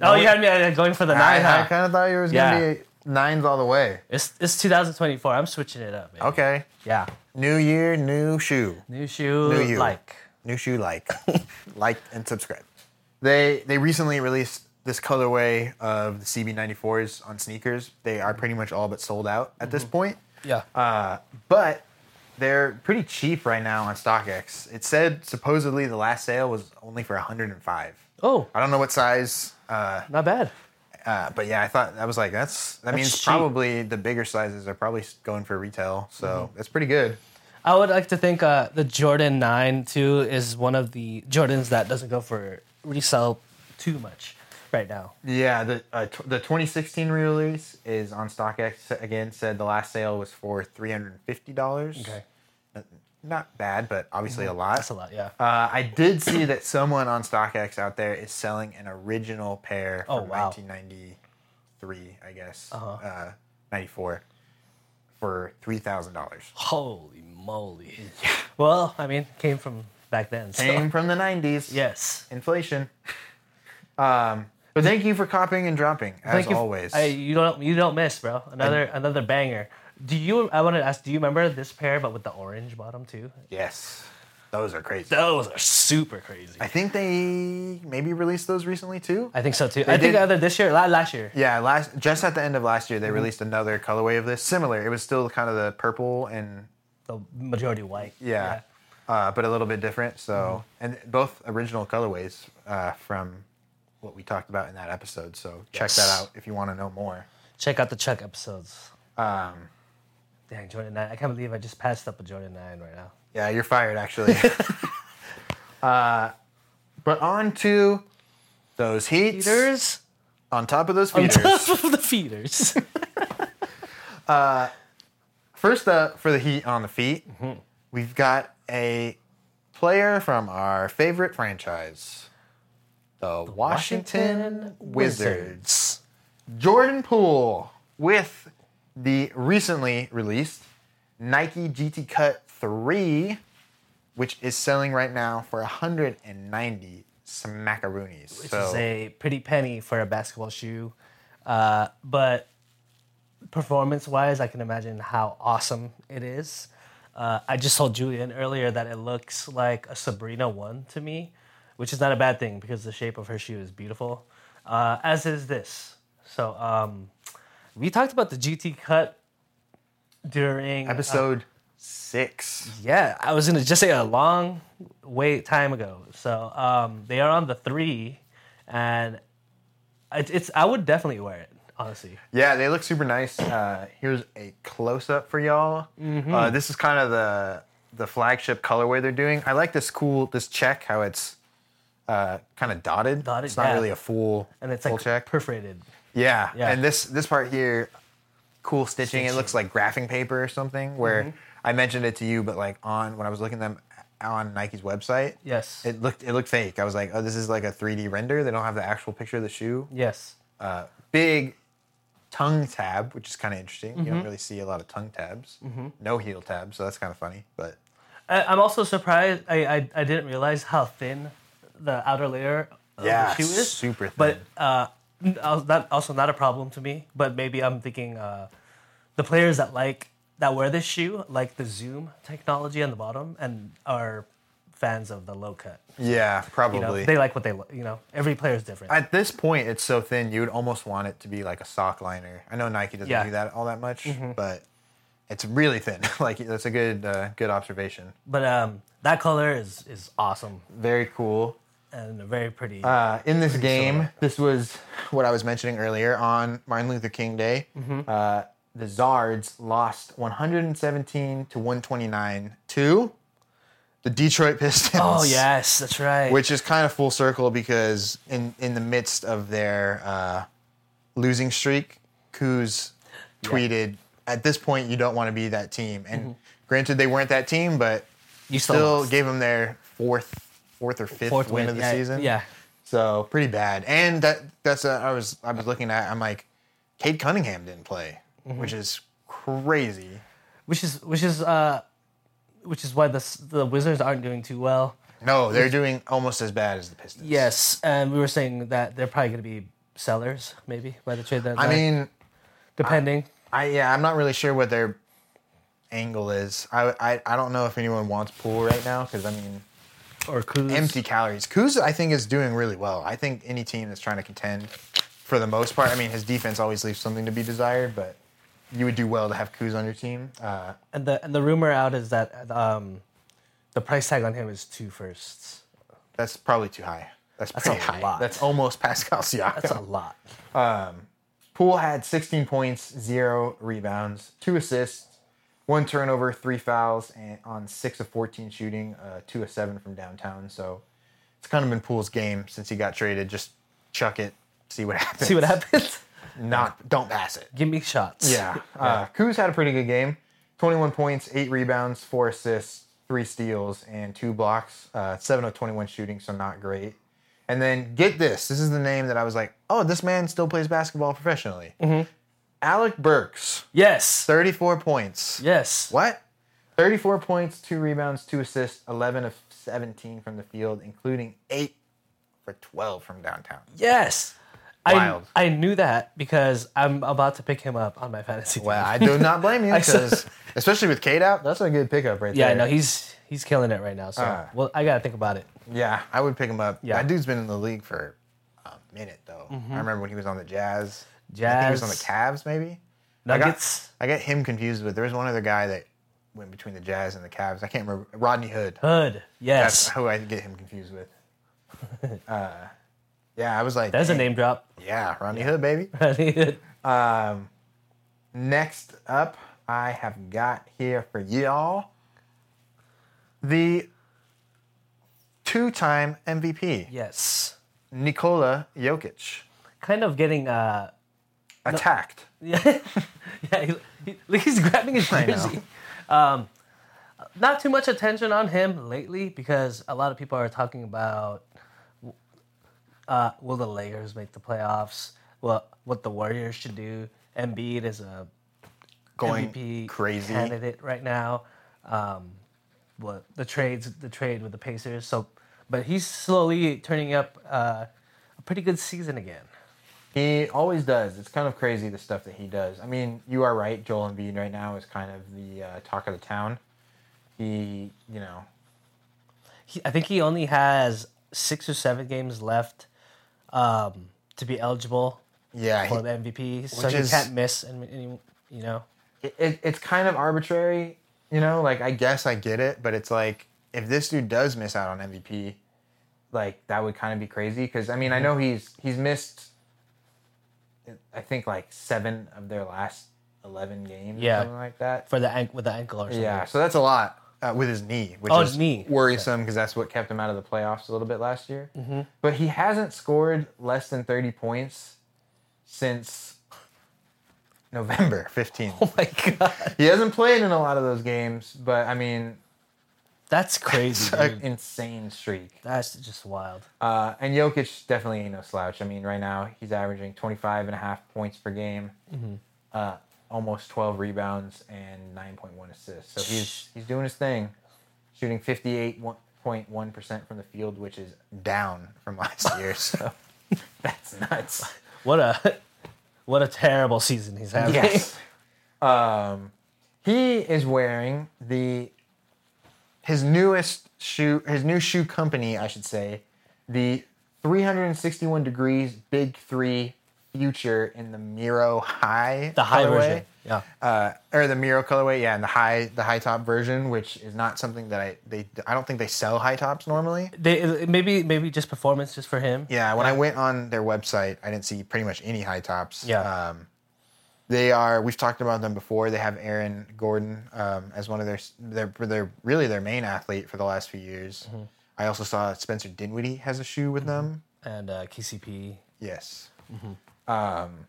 Speaker 1: Oh, you had me uh, going for the
Speaker 2: I,
Speaker 1: nine. huh?
Speaker 2: kind of thought you was
Speaker 1: Yeah.
Speaker 2: gonna be nines all the way.
Speaker 1: It's it's 2024. I'm switching it up. Baby.
Speaker 2: Okay,
Speaker 1: Yeah.
Speaker 2: new year, new shoe,
Speaker 1: New shoe.
Speaker 2: New you.
Speaker 1: Like.
Speaker 2: new shoe. Like, like and subscribe. They they recently released this colorway of the CB94s on sneakers. They are pretty much all but sold out at
Speaker 1: Mm-hmm.
Speaker 2: this point.
Speaker 1: Yeah.
Speaker 2: Uh, but they're pretty cheap right now on StockX. It said supposedly the last sale was only for 105.
Speaker 1: oh,
Speaker 2: I don't know what size, uh,
Speaker 1: not bad.
Speaker 2: uh, but yeah, I thought I was like, that's that means
Speaker 1: cheap.
Speaker 2: probably the bigger sizes are probably going for retail, so that's pretty good.
Speaker 1: I would like to think uh, the Jordan 9 too is one of the Jordans that doesn't go for resell too much right now.
Speaker 2: Yeah, the uh, tw the 2016 release is on StockX again. Said the last sale was for 350 dollars. Uh,
Speaker 1: Okay.
Speaker 2: not bad, but obviously Mm-hmm. a lot.
Speaker 1: That's a lot, yeah.
Speaker 2: Uh, I did see that someone on StockX out there is selling an original pair
Speaker 1: Oh,
Speaker 2: from
Speaker 1: wow. Uh-huh.
Speaker 2: 1993, I guess, uh 94, for three thousand dollars.
Speaker 1: Holy moly. Well, I mean, came from back then. So.
Speaker 2: Came from the 90s.
Speaker 1: Yes.
Speaker 2: inflation. Um, but thank you for copying and dropping as
Speaker 1: Thank you f-
Speaker 2: always.
Speaker 1: I, you don't you don't miss, bro. Another another banger. Do you I want to ask do you remember this pair but with the orange bottom too?
Speaker 2: yes, those are crazy.
Speaker 1: Those are super crazy.
Speaker 2: I think they maybe released those recently too.
Speaker 1: I think so too. I think
Speaker 2: did-
Speaker 1: either this year la- last year.
Speaker 2: Yeah, last just at the end of last
Speaker 1: Mm-hmm.
Speaker 2: year they released another colorway of this similar. It was still kind of the purple and
Speaker 1: The majority white.
Speaker 2: yeah, Uh, but a little bit different. So,
Speaker 1: Mm-hmm.
Speaker 2: and both original colorways uh, from what we talked about in that episode. So check that
Speaker 1: Yes.
Speaker 2: out if you want to know more.
Speaker 1: Check out the Chuck episodes.
Speaker 2: Um,
Speaker 1: Dang, Jordan 9. I can't believe I just passed up a Jordan 9 right now.
Speaker 2: yeah, you're fired actually. uh, but on to those heats.
Speaker 1: Feeders?
Speaker 2: On top of those
Speaker 1: On
Speaker 2: feeders.
Speaker 1: top of the feeders.
Speaker 2: First up for the heat on the feet, we've got a player from our favorite franchise, the, Washington, Wizards. Jordan Poole with the recently released Nike GT Cut 3, which is selling right now for 190 smackaroonies.
Speaker 1: Which
Speaker 2: so
Speaker 1: is a uh, pretty penny for a basketball shoe. Uh, but performance wise, I can imagine how awesome it is. Uh, I just told Julian earlier that it looks like a Sabrina 1 to me, which is not a bad thing because the shape of her shoe is beautiful, uh, as is this. So um, we talked about the GT cut during uh,
Speaker 2: episode 6.
Speaker 1: Yeah, I was gonna just say a long wait time ago. So um, they are on the three, and it, it's I would definitely wear it honestly.
Speaker 2: Yeah, they look super nice. Uh, here's a close up for y'all.
Speaker 1: Mm-hmm.
Speaker 2: Uh, this is kind of the the flagship colorway they're doing. I like this cool this check how it's uh, kind of dotted.
Speaker 1: Dotted,
Speaker 2: It's not
Speaker 1: yeah.
Speaker 2: really a full
Speaker 1: And it's
Speaker 2: full
Speaker 1: like
Speaker 2: check.
Speaker 1: perforated.
Speaker 2: yeah.
Speaker 1: Yeah.
Speaker 2: and this this part here, cool stitching. It
Speaker 1: Stitching. Mm-hmm.
Speaker 2: looks like graphing paper or something. Where I mentioned it to you, but like on when I was looking them on Nike's website,
Speaker 1: Yes.
Speaker 2: it looked it looked fake. I was like, oh, this is like a 3D render. They don't have the actual picture of the shoe
Speaker 1: yes.
Speaker 2: uh, big tongue tab, which is kind of interesting. You
Speaker 1: Mm-hmm.
Speaker 2: don't really see a lot of tongue tabs. No heel tabs, so that's kind of funny. But
Speaker 1: I, I'm also surprised. I, I I didn't realize how thin the outer layer of
Speaker 2: Yeah,
Speaker 1: the shoe is.
Speaker 2: super thin.
Speaker 1: But uh, n- al- that also not a problem to me. But maybe I'm thinking uh, the players that like that wear this shoe like the zoom technology on the bottom and are fans of the low cut.
Speaker 2: yeah,
Speaker 1: You know,
Speaker 2: probably.
Speaker 1: they like what they like. You know, every player is different.
Speaker 2: At this point, it's so thin, you would almost want it to be like a sock liner. I know Nike doesn't
Speaker 1: Yeah. Mm-hmm.
Speaker 2: do that all that much, but it's really thin. like that's a good uh, good observation.
Speaker 1: but um, that color is is awesome.
Speaker 2: Very cool.
Speaker 1: and a very pretty.
Speaker 2: Uh, in this game, this was what I was mentioning earlier on Martin Luther King Day.
Speaker 1: Mm-hmm.
Speaker 2: Uh, the Zards lost 117 to 129 to the Detroit Pistons.
Speaker 1: oh yes, that's right.
Speaker 2: Which is kind of full circle because in, in the midst of their uh, losing streak, Kuz tweeted, at this point, you don't want to be that team. And granted, they weren't that team, but
Speaker 1: you
Speaker 2: still
Speaker 1: Mm-hmm. lost.
Speaker 2: gave them their fourth, fourth or fifth
Speaker 1: Fourth
Speaker 2: win,
Speaker 1: win,
Speaker 2: of the
Speaker 1: yeah,
Speaker 2: season.
Speaker 1: yeah.
Speaker 2: So pretty bad. And that that's uh, I was I was looking at. I'm like, Cade Cunningham didn't play, which is crazy.
Speaker 1: which is which is uh, which is why the s- the Wizards aren't doing too well.
Speaker 2: No, they're doing almost as bad as the Pistons.
Speaker 1: Yes, and we were saying that they're probably going to be sellers maybe by the trade deadline.
Speaker 2: I mean, uh,
Speaker 1: depending.
Speaker 2: I yeah, I'm not really sure what their angle is. I I, I don't know if anyone wants Poole right now because I mean,
Speaker 1: or Kuz.
Speaker 2: empty calories. Kuz, I think, is doing really well. I think any team that's trying to contend, for the most part, I mean, his defense always leaves something to be desired, but you would do well to have Kuz on your team. Uh,
Speaker 1: And the and the rumor out is that um, the price tag on him is two firsts.
Speaker 2: that's probably too high. That's
Speaker 1: a
Speaker 2: pretty high.
Speaker 1: lot.
Speaker 2: That's almost Pascal Siakam.
Speaker 1: That's a lot.
Speaker 2: Poole had 16 points, zero rebounds, two assists, one turnover, three fouls, and on six of 14 shooting, uh, two of seven from downtown. So it's kind of been Poole's game since he got traded. Just chuck it, see what happens.
Speaker 1: See what happens.
Speaker 2: Not don't pass it.
Speaker 1: Give me shots.
Speaker 2: Yeah. Uh, Kuz had a pretty good game 21 points, eight rebounds, four assists, three steals, and two blocks. Uh, 7 of 21 shooting, so not great. And then get this this is the name that I was like, oh, this man still plays basketball professionally. Alec Burks,
Speaker 1: Yes.
Speaker 2: 34 points.
Speaker 1: Yes.
Speaker 2: What? 34 points, two rebounds, two assists, 11 of 17 from the field, including eight for 12 from downtown.
Speaker 1: Yes.
Speaker 2: Wild.
Speaker 1: I I knew that because I'm about to pick him up on my fantasy. team.
Speaker 2: Well, Uh, I do not blame you
Speaker 1: saw-
Speaker 2: because, especially with Kate out, that's a good pickup right
Speaker 1: yeah,
Speaker 2: there.
Speaker 1: no, he's he's killing it right now. So
Speaker 2: Ah.
Speaker 1: well, I gotta think about it.
Speaker 2: Yeah, I would pick him up.
Speaker 1: Yeah. Mm-hmm.
Speaker 2: That dude's been in the league for a minute though. I remember when he was on the Jazz. I think he was on the
Speaker 1: Jazz.
Speaker 2: Cavs, maybe.
Speaker 1: Nuggets.
Speaker 2: I got I got him confused with there was one other guy that went between the Jazz and the Cavs. I can't remember Rodney Hood.
Speaker 1: Hood.
Speaker 2: That's
Speaker 1: Yes.
Speaker 2: who I get him confused with. uh, yeah, I was like,
Speaker 1: That's a
Speaker 2: "Dang,
Speaker 1: name drop.
Speaker 2: Yeah, Rodney Hood, baby.
Speaker 1: Who
Speaker 2: Next up, I have got here for y'all the two-time MVP
Speaker 1: yes.
Speaker 2: Nikola Jokic.
Speaker 1: Kind of getting uh
Speaker 2: attacked.
Speaker 1: yeah yeah he, he- like he's grabbing his
Speaker 2: I know.
Speaker 1: jersey. Um, not too much attention on him lately because a lot of people are talking about uh, will the Lakers make the playoffs? What what the Warriors should do? Embiid is a
Speaker 2: Going
Speaker 1: MVP
Speaker 2: crazy.
Speaker 1: candidate right now. Um, what the trades, the trade with the Pacers. So, but he's slowly turning up uh, a pretty good season again.
Speaker 2: He always does. It's kind of crazy the stuff that he does. I mean, you are right. Joel Embiid right now is kind of the uh, talk of the town. He, you know,
Speaker 1: He, I think he only has six or seven games left um, to be eligible
Speaker 2: yeah,
Speaker 1: for the MVP, so
Speaker 2: Which
Speaker 1: he
Speaker 2: is-
Speaker 1: can't miss. And and, you know,
Speaker 2: it, it, it's kind of arbitrary. You know, like I guess I get it, but it's like if this dude does miss out on MVP, like that would kind of be crazy. Because I mean, I know he's he's missed, I think like seven of their last eleven games,
Speaker 1: Yeah.
Speaker 2: or something like that.
Speaker 1: for the an- with the ankle or something.
Speaker 2: Yeah, so that's a lot uh, with his knee, which
Speaker 1: Oh,
Speaker 2: is
Speaker 1: his knee.
Speaker 2: worrisome because that's what kept him out of the playoffs a little bit last year. Mm-hmm. But he hasn't scored less than 30 points since November 15th.
Speaker 1: Oh my god,
Speaker 2: He hasn't played in a lot of those games, but I mean,
Speaker 1: that's crazy.
Speaker 2: an
Speaker 1: dude.
Speaker 2: insane streak.
Speaker 1: That's just wild.
Speaker 2: Uh, and Jokic definitely ain't no slouch. I mean, right now he's averaging 25 and a half points per game, uh, almost 12 rebounds and 9.1 assists. So he's he's doing his thing, shooting 58.1% from the field, which is down from last year. So that's nuts.
Speaker 1: What a what a terrible season he's having.
Speaker 2: Yes. um, he is wearing the his newest shoe, his new shoe company, I should say, the 361 degrees Big Three Future in the Miro High,
Speaker 1: The high
Speaker 2: colorway.
Speaker 1: version. Yeah.
Speaker 2: uh, or the Miro colorway, yeah, and the high the high top version, which is not something that I they I don't think they sell high tops normally.
Speaker 1: They maybe maybe just performance just for him.
Speaker 2: Yeah, when I went on their website, I didn't see pretty much any high tops.
Speaker 1: Yeah.
Speaker 2: Um, they are. We've talked about them before. They have Aaron Gordon um, as one of their their their really their main athlete for the last few years. I also saw Spencer Dinwiddie has a shoe with them.
Speaker 1: And uh, KCP.
Speaker 2: Yes. Um,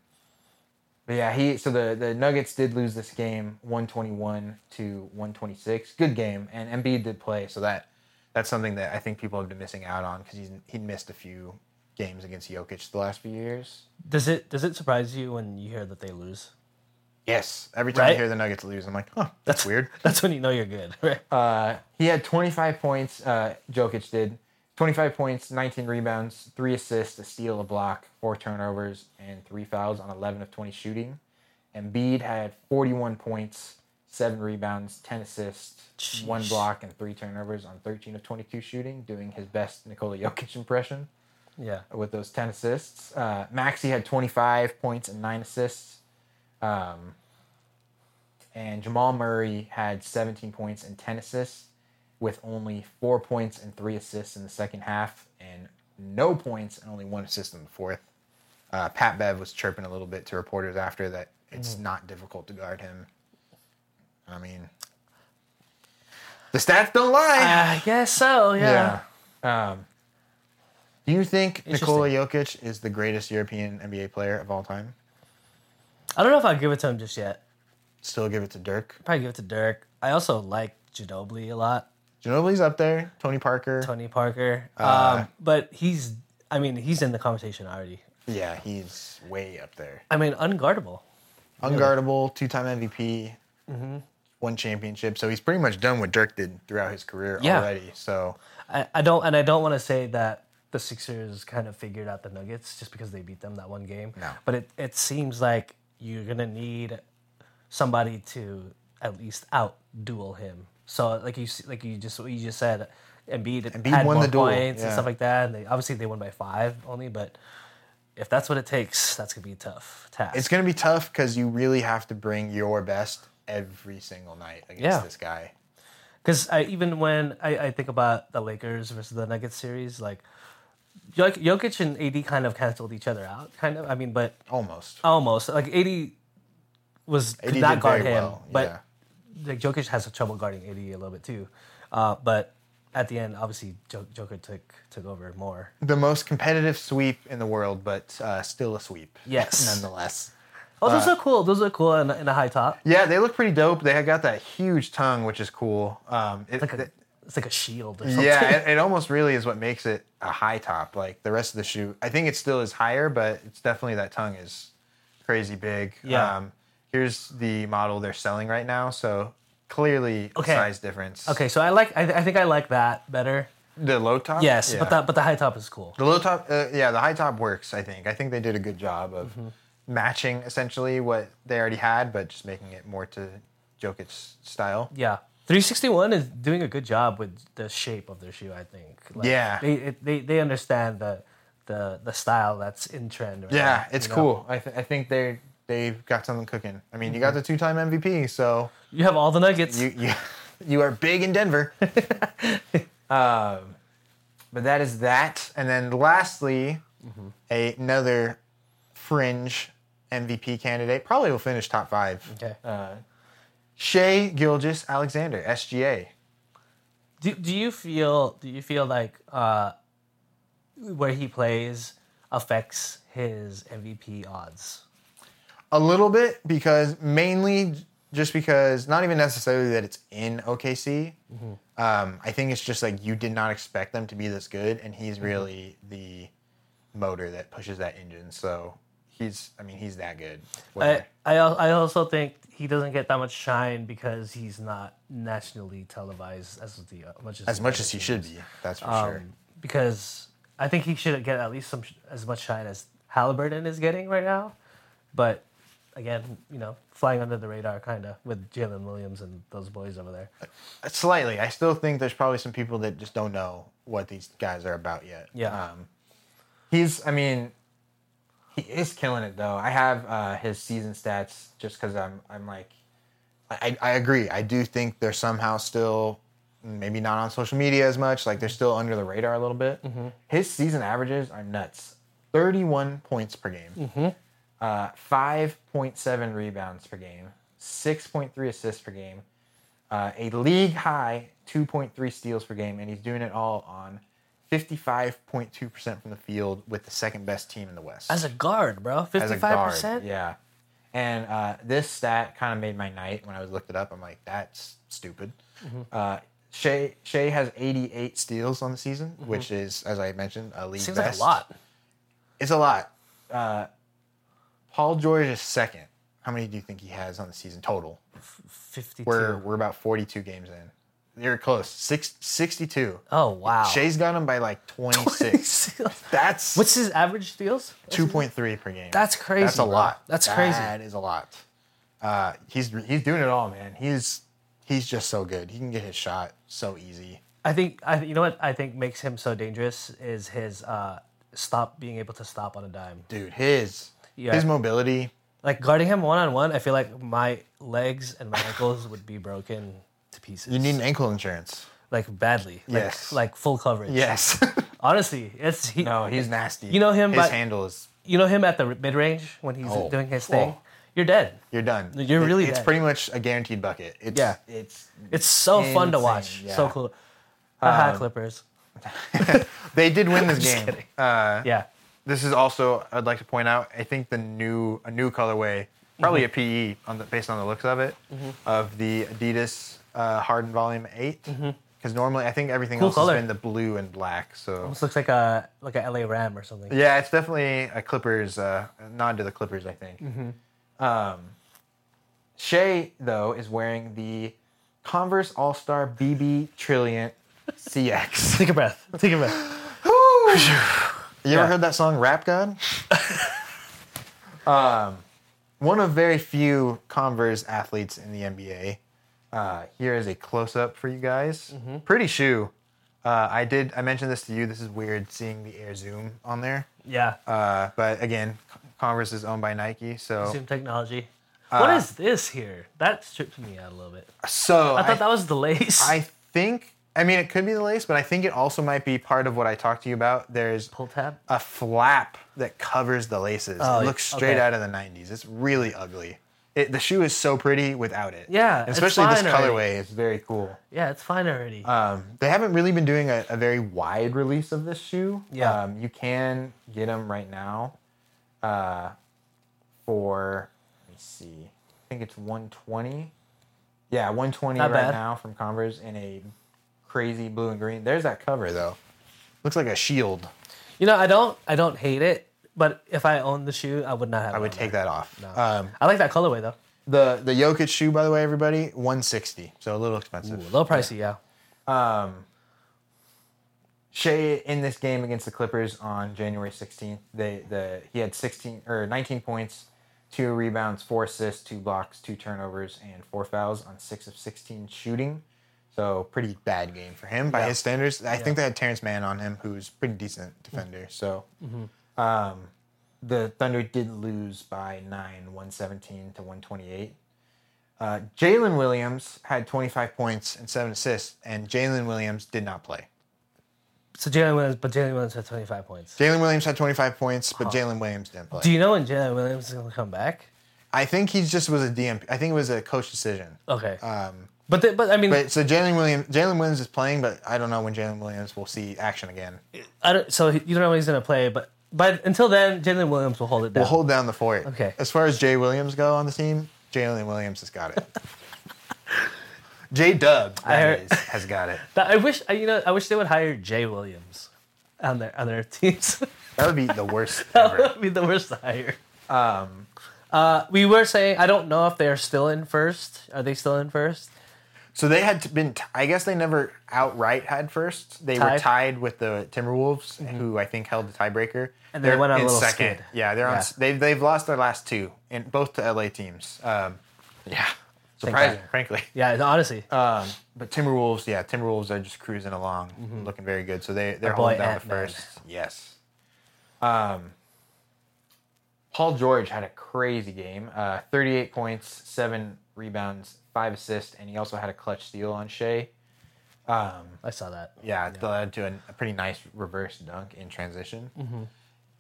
Speaker 2: but yeah, he so the the Nuggets did lose this game, one twenty one to one twenty six. Good game, and Embiid did play, so that that's something that I think people have been missing out on because he's he missed a few games against Jokic the last few years.
Speaker 1: Does it does it surprise you when you hear that they lose?
Speaker 2: Yes, every time I
Speaker 1: Right?
Speaker 2: hear the Nuggets lose, I'm like, huh, that's weird.
Speaker 1: That's when you know you're good, right?
Speaker 2: Uh, he had 25 points. Uh, Jokic did 25 points, 19 rebounds, three assists, a steal, a block, four turnovers, and three fouls on 11 of 20 shooting. Embiid had 41 points, seven rebounds, 10 assists, one
Speaker 1: Jeez.
Speaker 2: block, and three turnovers on 13 of 22 shooting, doing his best Nikola Jokic impression
Speaker 1: yeah.
Speaker 2: with those 10 assists. Uh, Maxi had 25 points and nine assists. Um, and Jamal Murray had 17 points and 10 assists, with only four points and three assists in the second half, and no points and only one assist in the fourth. Uh, Pat Bev was chirping a little bit to reporters after that it's not difficult to guard him. I mean, the stats don't lie.
Speaker 1: I guess so.
Speaker 2: Yeah. Um, do you think
Speaker 1: Interesting.
Speaker 2: Nikola Jokic is the greatest European NBA player of all time?
Speaker 1: I don't know if I'll give it to him just yet.
Speaker 2: Still give it to Dirk.
Speaker 1: Probably give it to Dirk. I also like Ginobili a lot.
Speaker 2: Ginobili's up there. Tony Parker.
Speaker 1: Tony Parker. um, but he's I mean, he's in the conversation already.
Speaker 2: Yeah, he's way up there.
Speaker 1: I mean, unguardable.
Speaker 2: Unguardable, two-time MVP,
Speaker 1: Mm-hmm.
Speaker 2: one championship. So he's pretty much done what Dirk did throughout his career
Speaker 1: Yeah.
Speaker 2: already. So
Speaker 1: I, I don't and I don't want to say that the Sixers kind of figured out the Nuggets just because they beat them that one game.
Speaker 2: No.
Speaker 1: But it, it seems like you're gonna need somebody to at least out duel him. So like you s- like you just what you just said, Embiid,
Speaker 2: Embiid
Speaker 1: had
Speaker 2: won
Speaker 1: more
Speaker 2: the duel,
Speaker 1: points
Speaker 2: yeah.
Speaker 1: and stuff like that. And they obviously they won by five only, but if that's what it takes, that's gonna be a tough task.
Speaker 2: it's going to be tough because you really have to bring your best every single night against
Speaker 1: Yeah.
Speaker 2: this guy.
Speaker 1: Because I even when I, I think about the Lakers versus the Nuggets series, like Jok- Jokic and AD kind of canceled each other out, kind of. I mean, but
Speaker 2: Almost.
Speaker 1: almost like AD was Uh, could
Speaker 2: AD
Speaker 1: not
Speaker 2: did
Speaker 1: guard
Speaker 2: very
Speaker 1: him,
Speaker 2: well,
Speaker 1: but like Jokic has trouble guarding AD a little bit too. Uh, but at the end, obviously, Jo- Joker took took over more.
Speaker 2: the most competitive sweep in the world, but uh, still a sweep.
Speaker 1: Yes.
Speaker 2: nonetheless.
Speaker 1: Oh, those are cool. Those are cool in, in a high top,
Speaker 2: Yeah, they look pretty dope. They got that huge tongue, which is cool. Um, it,
Speaker 1: like a,
Speaker 2: it-
Speaker 1: it's like a shield or something.
Speaker 2: yeah, it, it almost really is what makes it a high top. Like the rest of the shoe, I think it still is higher, but it's definitely that tongue is crazy big. Um,
Speaker 1: Yeah.
Speaker 2: here's the model they're selling right now. So clearly,
Speaker 1: Okay.
Speaker 2: size difference.
Speaker 1: okay, so I like. I, th- I think I like that better.
Speaker 2: The low top.
Speaker 1: Yes,
Speaker 2: Yeah.
Speaker 1: but that but the high top is cool.
Speaker 2: The low top, uh, yeah, the high top works. I think. I think they did a good job of matching essentially what they already had, but just making it more to Jokic's style.
Speaker 1: Yeah. 361 is doing a good job with the shape of their shoe, I think. Like,
Speaker 2: Yeah.
Speaker 1: They, it, they they understand the the the style that's in trend. Right
Speaker 2: Yeah,
Speaker 1: now,
Speaker 2: it's
Speaker 1: you know?
Speaker 2: cool. Mm-hmm. I, th- I think they they've got something cooking. I mean, you got the two time MVP, so
Speaker 1: You have all the nuggets.
Speaker 2: you you you are big in Denver. um, but that is that. And then lastly, a- another fringe MVP candidate probably will finish top five.
Speaker 1: okay.
Speaker 2: Uh. Shea Gilgis Alexander, SGA.
Speaker 1: do, do you feel do you feel like uh, where he plays affects his MVP odds?
Speaker 2: A little bit because mainly just because not even necessarily that it's in OKC. Um, I think it's just like you did not expect them to be this good, and
Speaker 1: Mm-hmm.
Speaker 2: he's really the motor that pushes that engine. So he's, I mean, he's that good.
Speaker 1: I,
Speaker 2: Whatever.
Speaker 1: I al- I also think he doesn't get that much shine because he's not nationally televised as the much as
Speaker 2: as
Speaker 1: the
Speaker 2: much
Speaker 1: other
Speaker 2: as he
Speaker 1: teams.
Speaker 2: should be, that's for sure.
Speaker 1: um, because I think he should get at least some sh- as much shine as Halliburton is getting right now. But again, you know, flying under the radar kind of with Jalen Williams and those boys over there.
Speaker 2: Slightly. I still think there's probably some people that just don't know what these guys are about yet.
Speaker 1: Yeah.
Speaker 2: Um, he's, I Um, mean,
Speaker 3: He is killing it though. I have uh, his season stats just because I'm I'm like
Speaker 2: I, I agree. I do think they're somehow still maybe not on social media as much. Like they're still under the radar a little bit.
Speaker 3: his season averages are nuts.
Speaker 2: 31 points per game.
Speaker 3: Uh, 5.7 rebounds per game, 6.3 assists per game, uh, a league high 2.3 steals per game, and he's doing it all on.
Speaker 2: 55.2% from the field with the second best team in the West.
Speaker 1: As a guard, bro.
Speaker 2: a
Speaker 1: Fifty-five
Speaker 2: guard,
Speaker 1: percent.
Speaker 3: Yeah. And uh, this stat kind of made my night when
Speaker 2: when
Speaker 3: I
Speaker 2: I was looked it up, I'm like, that's stupid.
Speaker 1: Mm-hmm.
Speaker 3: uh, Shea Shea has 88
Speaker 2: 88 steals on the season, which is, as I mentioned, a league
Speaker 1: Mm-hmm. Seems like
Speaker 2: best.
Speaker 1: a lot.
Speaker 2: It's a lot. Uh, Paul George is second. How many do you think he has on the season total?
Speaker 1: Fifty-two.
Speaker 2: We're we're about 42 games in. You're close. Six, 62.
Speaker 1: oh wow.
Speaker 2: Shea's got him by like 26. that's
Speaker 1: What's his average steals?
Speaker 2: 2.3 per game.
Speaker 1: That's crazy,
Speaker 2: That's a
Speaker 1: bro.
Speaker 2: lot.
Speaker 1: That's crazy.
Speaker 2: That is a lot. Uh, he's he's doing it all, man. He's he's just so good. He can get his shot so easy.
Speaker 1: I think I, you know what I think makes him so dangerous is his uh, stop being able to stop on a dime.
Speaker 2: Dude, his
Speaker 1: Yeah.
Speaker 2: his mobility,
Speaker 1: Like guarding him one on one, I feel like my legs and my ankles would be broken to pieces.
Speaker 2: You need an ankle insurance.
Speaker 1: like badly. Like,
Speaker 2: Yes.
Speaker 1: Like full coverage.
Speaker 2: Yes.
Speaker 1: Honestly, it's he,
Speaker 3: No,
Speaker 2: he's nasty.
Speaker 1: You know him
Speaker 2: His
Speaker 1: by-
Speaker 2: handle is.
Speaker 1: you know him at the mid range when he's
Speaker 2: Oh.
Speaker 1: doing his thing.
Speaker 2: Oh.
Speaker 1: You're dead.
Speaker 2: You're done.
Speaker 1: You're really
Speaker 2: It's
Speaker 1: dead.
Speaker 2: pretty much a guaranteed bucket. It's,
Speaker 1: Yeah.
Speaker 3: it's
Speaker 1: It's so fun to
Speaker 3: Insane,
Speaker 1: watch.
Speaker 3: yeah.
Speaker 1: So cool.
Speaker 2: Um,
Speaker 1: Haha, Clippers.
Speaker 2: They did win this
Speaker 1: Just
Speaker 2: game.
Speaker 1: kidding.
Speaker 2: Uh,
Speaker 1: yeah.
Speaker 2: This is also I'd like to point out. I think the new a new colorway, probably
Speaker 1: Mm-hmm.
Speaker 2: a PE on the based on the looks of it, of the Adidas uh, Harden Volume Eight. Because normally I think everything
Speaker 1: Mm-hmm. Cool
Speaker 2: else
Speaker 1: color.
Speaker 2: has been the blue and black. So
Speaker 1: Almost looks like a like a LA Ram or something.
Speaker 2: yeah, it's definitely a Clippers uh, a nod to the Clippers. I think.
Speaker 1: Mm-hmm.
Speaker 2: Um,
Speaker 3: Shea though is wearing the Converse All Star BB Trilliant CX.
Speaker 1: Take a breath. Take a breath.
Speaker 2: You
Speaker 1: Yeah.
Speaker 2: ever heard that song Rap God? um, one of very few Converse athletes in the NBA. Uh, here is a close up for you guys.
Speaker 1: Mm-hmm.
Speaker 2: Pretty shoe. Uh, I did. I mentioned this to you. This is weird seeing the Air Zoom on there.
Speaker 1: Yeah.
Speaker 2: Uh, but again, Converse is owned by Nike, so
Speaker 1: Zoom technology.
Speaker 2: uh,
Speaker 1: what is this here? That stripped me out a little bit. I
Speaker 2: so I,
Speaker 1: thought that was the lace.
Speaker 2: I think. I mean, it could be the lace, but I think it also might be part of what I talked to you about. There's
Speaker 1: pull tab.
Speaker 2: a flap that covers the laces.
Speaker 1: Oh,
Speaker 2: it looks straight
Speaker 1: okay.
Speaker 2: out of the 90s. It's really ugly. It, the shoe is so pretty without it.
Speaker 1: Yeah,
Speaker 2: And
Speaker 1: it's
Speaker 2: especially this
Speaker 1: fine already.
Speaker 2: colorway is very cool.
Speaker 1: Yeah, it's fine already.
Speaker 2: Um, they haven't really been doing a, a very wide release of this shoe.
Speaker 1: Yeah.
Speaker 2: um, you can get them right now uh, for let me see. I think it's 120. Yeah, 120
Speaker 1: Not
Speaker 2: right
Speaker 1: bad.
Speaker 2: now from Converse in a crazy blue and green. There's that cover though. Looks like a shield.
Speaker 1: you know, I don't I don't hate it, but if I owned the shoe, I would not have.
Speaker 2: I would take that off. Um,
Speaker 1: I like that colorway though.
Speaker 2: The the Jokic shoe, by the way, everybody, 160. So a little expensive.
Speaker 1: Low pricey, yeah.
Speaker 3: Shea in this game against the Clippers on January 16th, they the he had 16 or 19 points, two rebounds, four assists, two blocks, two turnovers, and four fouls on six of 16 shooting. So pretty
Speaker 2: Bad game for him by
Speaker 3: Yeah.
Speaker 2: his standards. I think they had Terrence Mann on him, who's a pretty decent defender. So
Speaker 3: Mm-hmm. Um, the Thunder did lose by nine, 117 to 128. Uh, Jalen Williams had 25 points.
Speaker 2: points and seven assists, and Jalen Williams did not play.
Speaker 1: So Jalen Williams, but Jalen Williams had 25 points.
Speaker 2: Jalen Williams had 25 points, but Jalen Williams didn't play.
Speaker 1: Do you know when Jalen Williams is gonna come back?
Speaker 2: I think he just was a DMP. I think it was a coach decision.
Speaker 1: Okay. but the, but I mean,
Speaker 2: But so Jalen Williams, Jalen Williams is playing, but I don't know when Jalen Williams will see action again.
Speaker 1: I don't, so you don't know when he's gonna play, but but until then, Jalen Williams will hold it down.
Speaker 2: We'll hold down the fort.
Speaker 1: Okay.
Speaker 2: As far as Jay Williams go on the team, Jalen Williams has got it. J Dub that
Speaker 1: heard-
Speaker 2: is, has got it.
Speaker 1: That- I wish I- you know. I wish they would hire Jay Williams on their on their teams.
Speaker 2: That would be the worst
Speaker 1: that
Speaker 2: ever.
Speaker 1: would be the worst hire. Um, uh, we were saying I don't know if they are still in first. Are they still in first?
Speaker 2: So they had t- been. T- I guess they never outright had first. They were
Speaker 1: Tied. Mm-hmm.
Speaker 2: tied with the Timberwolves, who I think held the tiebreaker.
Speaker 1: And they went on a little skid.
Speaker 2: Yeah, they're on.
Speaker 1: Yeah.
Speaker 2: s- They they've lost their last two, and both to LA teams. Um, yeah, surprising, frankly.
Speaker 1: Yeah, no, honestly,
Speaker 2: But Timberwolves, yeah, Timberwolves are just cruising along,
Speaker 1: Mm-hmm.
Speaker 2: looking very good. So they they're
Speaker 1: boy
Speaker 2: holding down the
Speaker 1: Ant-Man.
Speaker 2: first. Yes.
Speaker 3: Paul George had a crazy game. Uh, 38 points, seven rebounds, five assists, and he also had a clutch steal on Shea.
Speaker 1: I saw that.
Speaker 3: Yeah,
Speaker 2: Yeah.
Speaker 3: that led to an- a pretty nice reverse dunk in transition.
Speaker 1: Mm-hmm.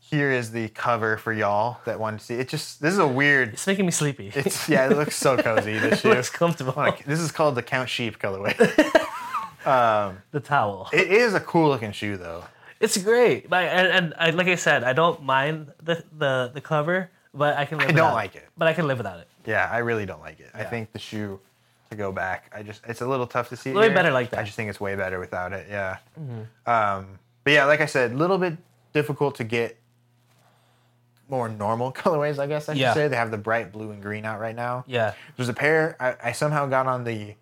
Speaker 2: Here is the cover for y'all that want to see. It just this is a weird.
Speaker 1: It's making me sleepy.
Speaker 2: It's yeah, it looks so cozy. This
Speaker 1: it
Speaker 2: shoe.
Speaker 1: looks comfortable.
Speaker 2: Like, this is called the Count Sheep colorway.
Speaker 1: the towel.
Speaker 2: it is a cool looking shoe though.
Speaker 1: It's great. Like, and, and I, like I said, I don't mind the, the, the cover, but I can live
Speaker 2: I don't
Speaker 1: without
Speaker 2: like it.
Speaker 1: But I can live without it.
Speaker 2: Yeah, I really don't like it. I think the shoe to go back. I just it's a little tough to see.
Speaker 1: Way
Speaker 2: here.
Speaker 1: better like
Speaker 2: I
Speaker 1: that. Mm-hmm.
Speaker 2: just think it's way better without it. Yeah. Um, but yeah, like I said, a little bit difficult to get more normal colorways. I guess I should
Speaker 1: Yeah.
Speaker 2: say they have the bright blue and green out right now.
Speaker 1: Yeah.
Speaker 2: There's a pair I, I somehow got on the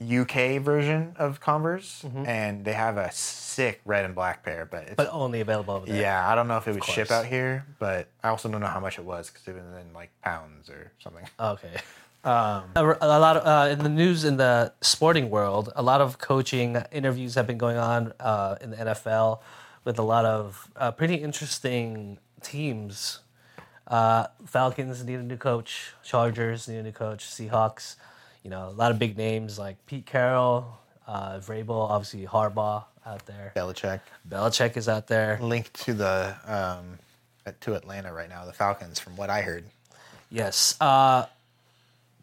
Speaker 2: UK version of Converse, and they have a sick red and black pair, but it's
Speaker 1: Mm-hmm. But only available over there.
Speaker 2: yeah, I don't know if it would ship
Speaker 1: course.
Speaker 2: out here, but I also don't know how much it was because it was in like pounds or something.
Speaker 1: Oh, Okay. a, a lot of, uh, in the news in the sporting world, a lot of coaching interviews have been going on uh, in the NFL with a lot of uh, pretty interesting teams. Uh, Falcons need a new coach. Chargers need a new coach. Seahawks, you know, a lot of big names like Pete Carroll, uh, Vrabel, obviously Harbaugh out there.
Speaker 2: Belichick.
Speaker 1: Belichick is out there.
Speaker 2: linked to the um, to Atlanta right now, the Falcons, from what I heard.
Speaker 1: Yes. Uh,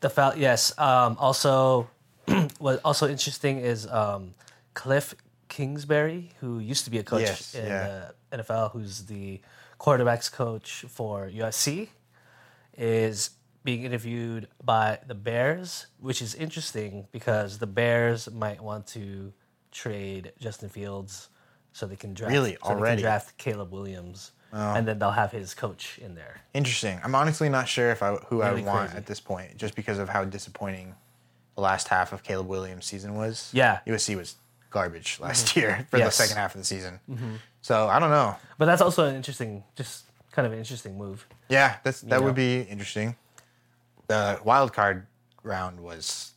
Speaker 1: the Fal- yes. Um, also, what also interesting is um, Cliff Kingsbury, who used to be a coach
Speaker 2: Yes,
Speaker 1: in
Speaker 2: yeah.
Speaker 1: the NFL, who's the quarterbacks coach for USC, is being interviewed by the Bears, which is interesting because the Bears might want to trade Justin Fields so they can draft
Speaker 2: Really?
Speaker 1: so they can
Speaker 2: Already?
Speaker 1: draft Caleb Williams. And then they'll have his coach in there.
Speaker 2: Interesting. I'm honestly not sure if I who I
Speaker 1: Really
Speaker 2: would want
Speaker 1: crazy.
Speaker 2: at this point, just because of how disappointing the last half of Caleb Williams' season was.
Speaker 1: Yeah. Mm-hmm.
Speaker 2: USC was garbage last year for
Speaker 1: Yes. Mm-hmm.
Speaker 2: the second half of the season. So I don't know.
Speaker 1: But that's also an interesting, just kind of an interesting move.
Speaker 2: Yeah, that's that
Speaker 1: know.
Speaker 2: would be interesting. The wild card round was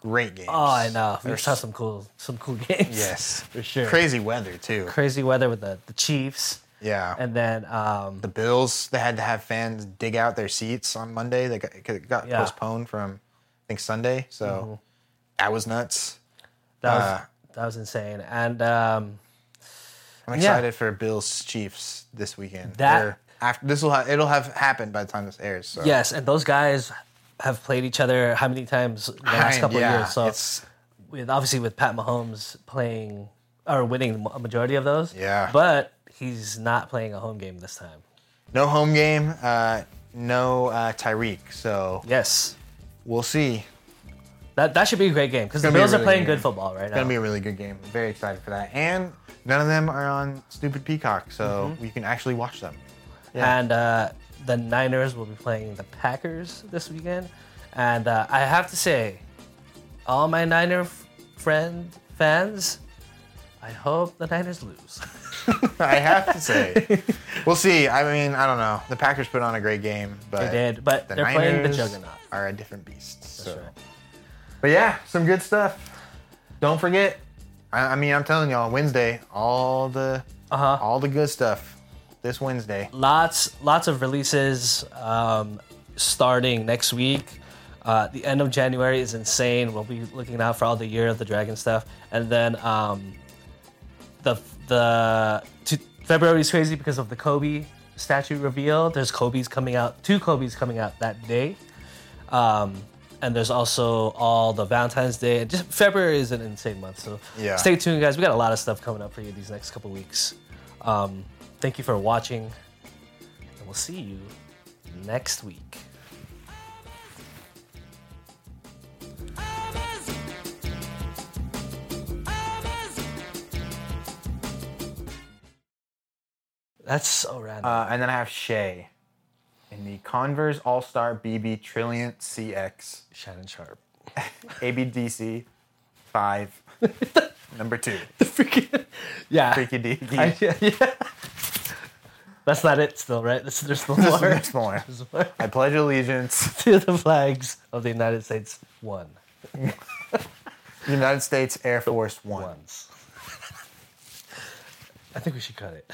Speaker 2: great games.
Speaker 1: Oh, I know. We saw some cool, some cool games.
Speaker 2: Yes,
Speaker 1: for sure.
Speaker 2: Crazy weather too.
Speaker 1: Crazy weather with the, the Chiefs,
Speaker 2: Yeah.
Speaker 1: and then um,
Speaker 2: the Bills, they had to have fans dig out their seats on Monday. They got, it got
Speaker 1: Yeah. Mm-hmm.
Speaker 2: postponed from, I think, Sunday. So that was nuts.
Speaker 1: that was
Speaker 2: uh,
Speaker 1: that was insane. And um,
Speaker 2: I'm
Speaker 1: Yeah.
Speaker 2: excited for Bills Chiefs this weekend.
Speaker 1: That-
Speaker 2: Or after this will ha- it'll have happened by the time this airs. So.
Speaker 1: yes, and those guys have played each other how many times in the last
Speaker 2: I-
Speaker 1: couple
Speaker 2: yeah,
Speaker 1: of years? So
Speaker 2: it's-
Speaker 1: with obviously with Pat Mahomes playing or winning a majority of those.
Speaker 2: Yeah.
Speaker 1: But he's not playing a home game this time.
Speaker 2: no home game, uh, no uh, Tyreek. So
Speaker 1: Yes.
Speaker 2: we'll see.
Speaker 1: That, that should be a great game because the
Speaker 2: gonna be a
Speaker 1: Bills are
Speaker 2: really
Speaker 1: playing
Speaker 2: good
Speaker 1: good football right
Speaker 2: Gonna
Speaker 1: now.
Speaker 2: be a really good game.
Speaker 3: Very excited for that.
Speaker 2: And none of them are on Stupid Peacock, so
Speaker 1: Mm-hmm.
Speaker 2: you can actually watch them. Yeah.
Speaker 1: And uh, the Niners will be playing the Packers this weekend. And uh, I have to say, all my Niner f- friend fans, I hope the Niners lose.
Speaker 2: I have to say, we'll see. I mean, I don't know. The Packers put on a great game, but
Speaker 1: they did, but
Speaker 2: the
Speaker 1: they're
Speaker 2: Niners
Speaker 1: playing the juggernaut.
Speaker 2: are a different beast. so.
Speaker 1: right.
Speaker 2: But yeah, some good stuff. Don't forget. I, I mean, I'm telling y'all, Wednesday, all the
Speaker 1: Uh-huh.
Speaker 2: all the good stuff this Wednesday.
Speaker 1: Lots, lots of releases um, starting next week. Uh, the end of January is insane. We'll be looking out for all the Year of the Dragon stuff, and then um, the the to, February is crazy because of the Kobe statue reveal. There's Kobe's coming out, two Kobe's coming out that day, um, and there's also all the Valentine's Day. Just February is an insane month, so
Speaker 2: Yeah.
Speaker 1: stay tuned, guys. We got a lot of stuff coming up for you these next couple weeks. Um, thank you for watching, and we'll see you next week. That's so random.
Speaker 3: Uh, and then I have Shea
Speaker 2: In the Converse All Star BB Trilliant CX
Speaker 1: Shannon Sharp.
Speaker 2: ABDC five number two.
Speaker 1: yeah.
Speaker 2: Freaky D.
Speaker 1: I- yeah, yeah. That's not it still, right? There's, there's still
Speaker 2: There's-
Speaker 1: more.
Speaker 2: there's more.
Speaker 1: There's more.
Speaker 2: I pledge allegiance
Speaker 1: to the flags of the United States one
Speaker 2: to the United States Air Force One.
Speaker 1: once. I think we should cut it.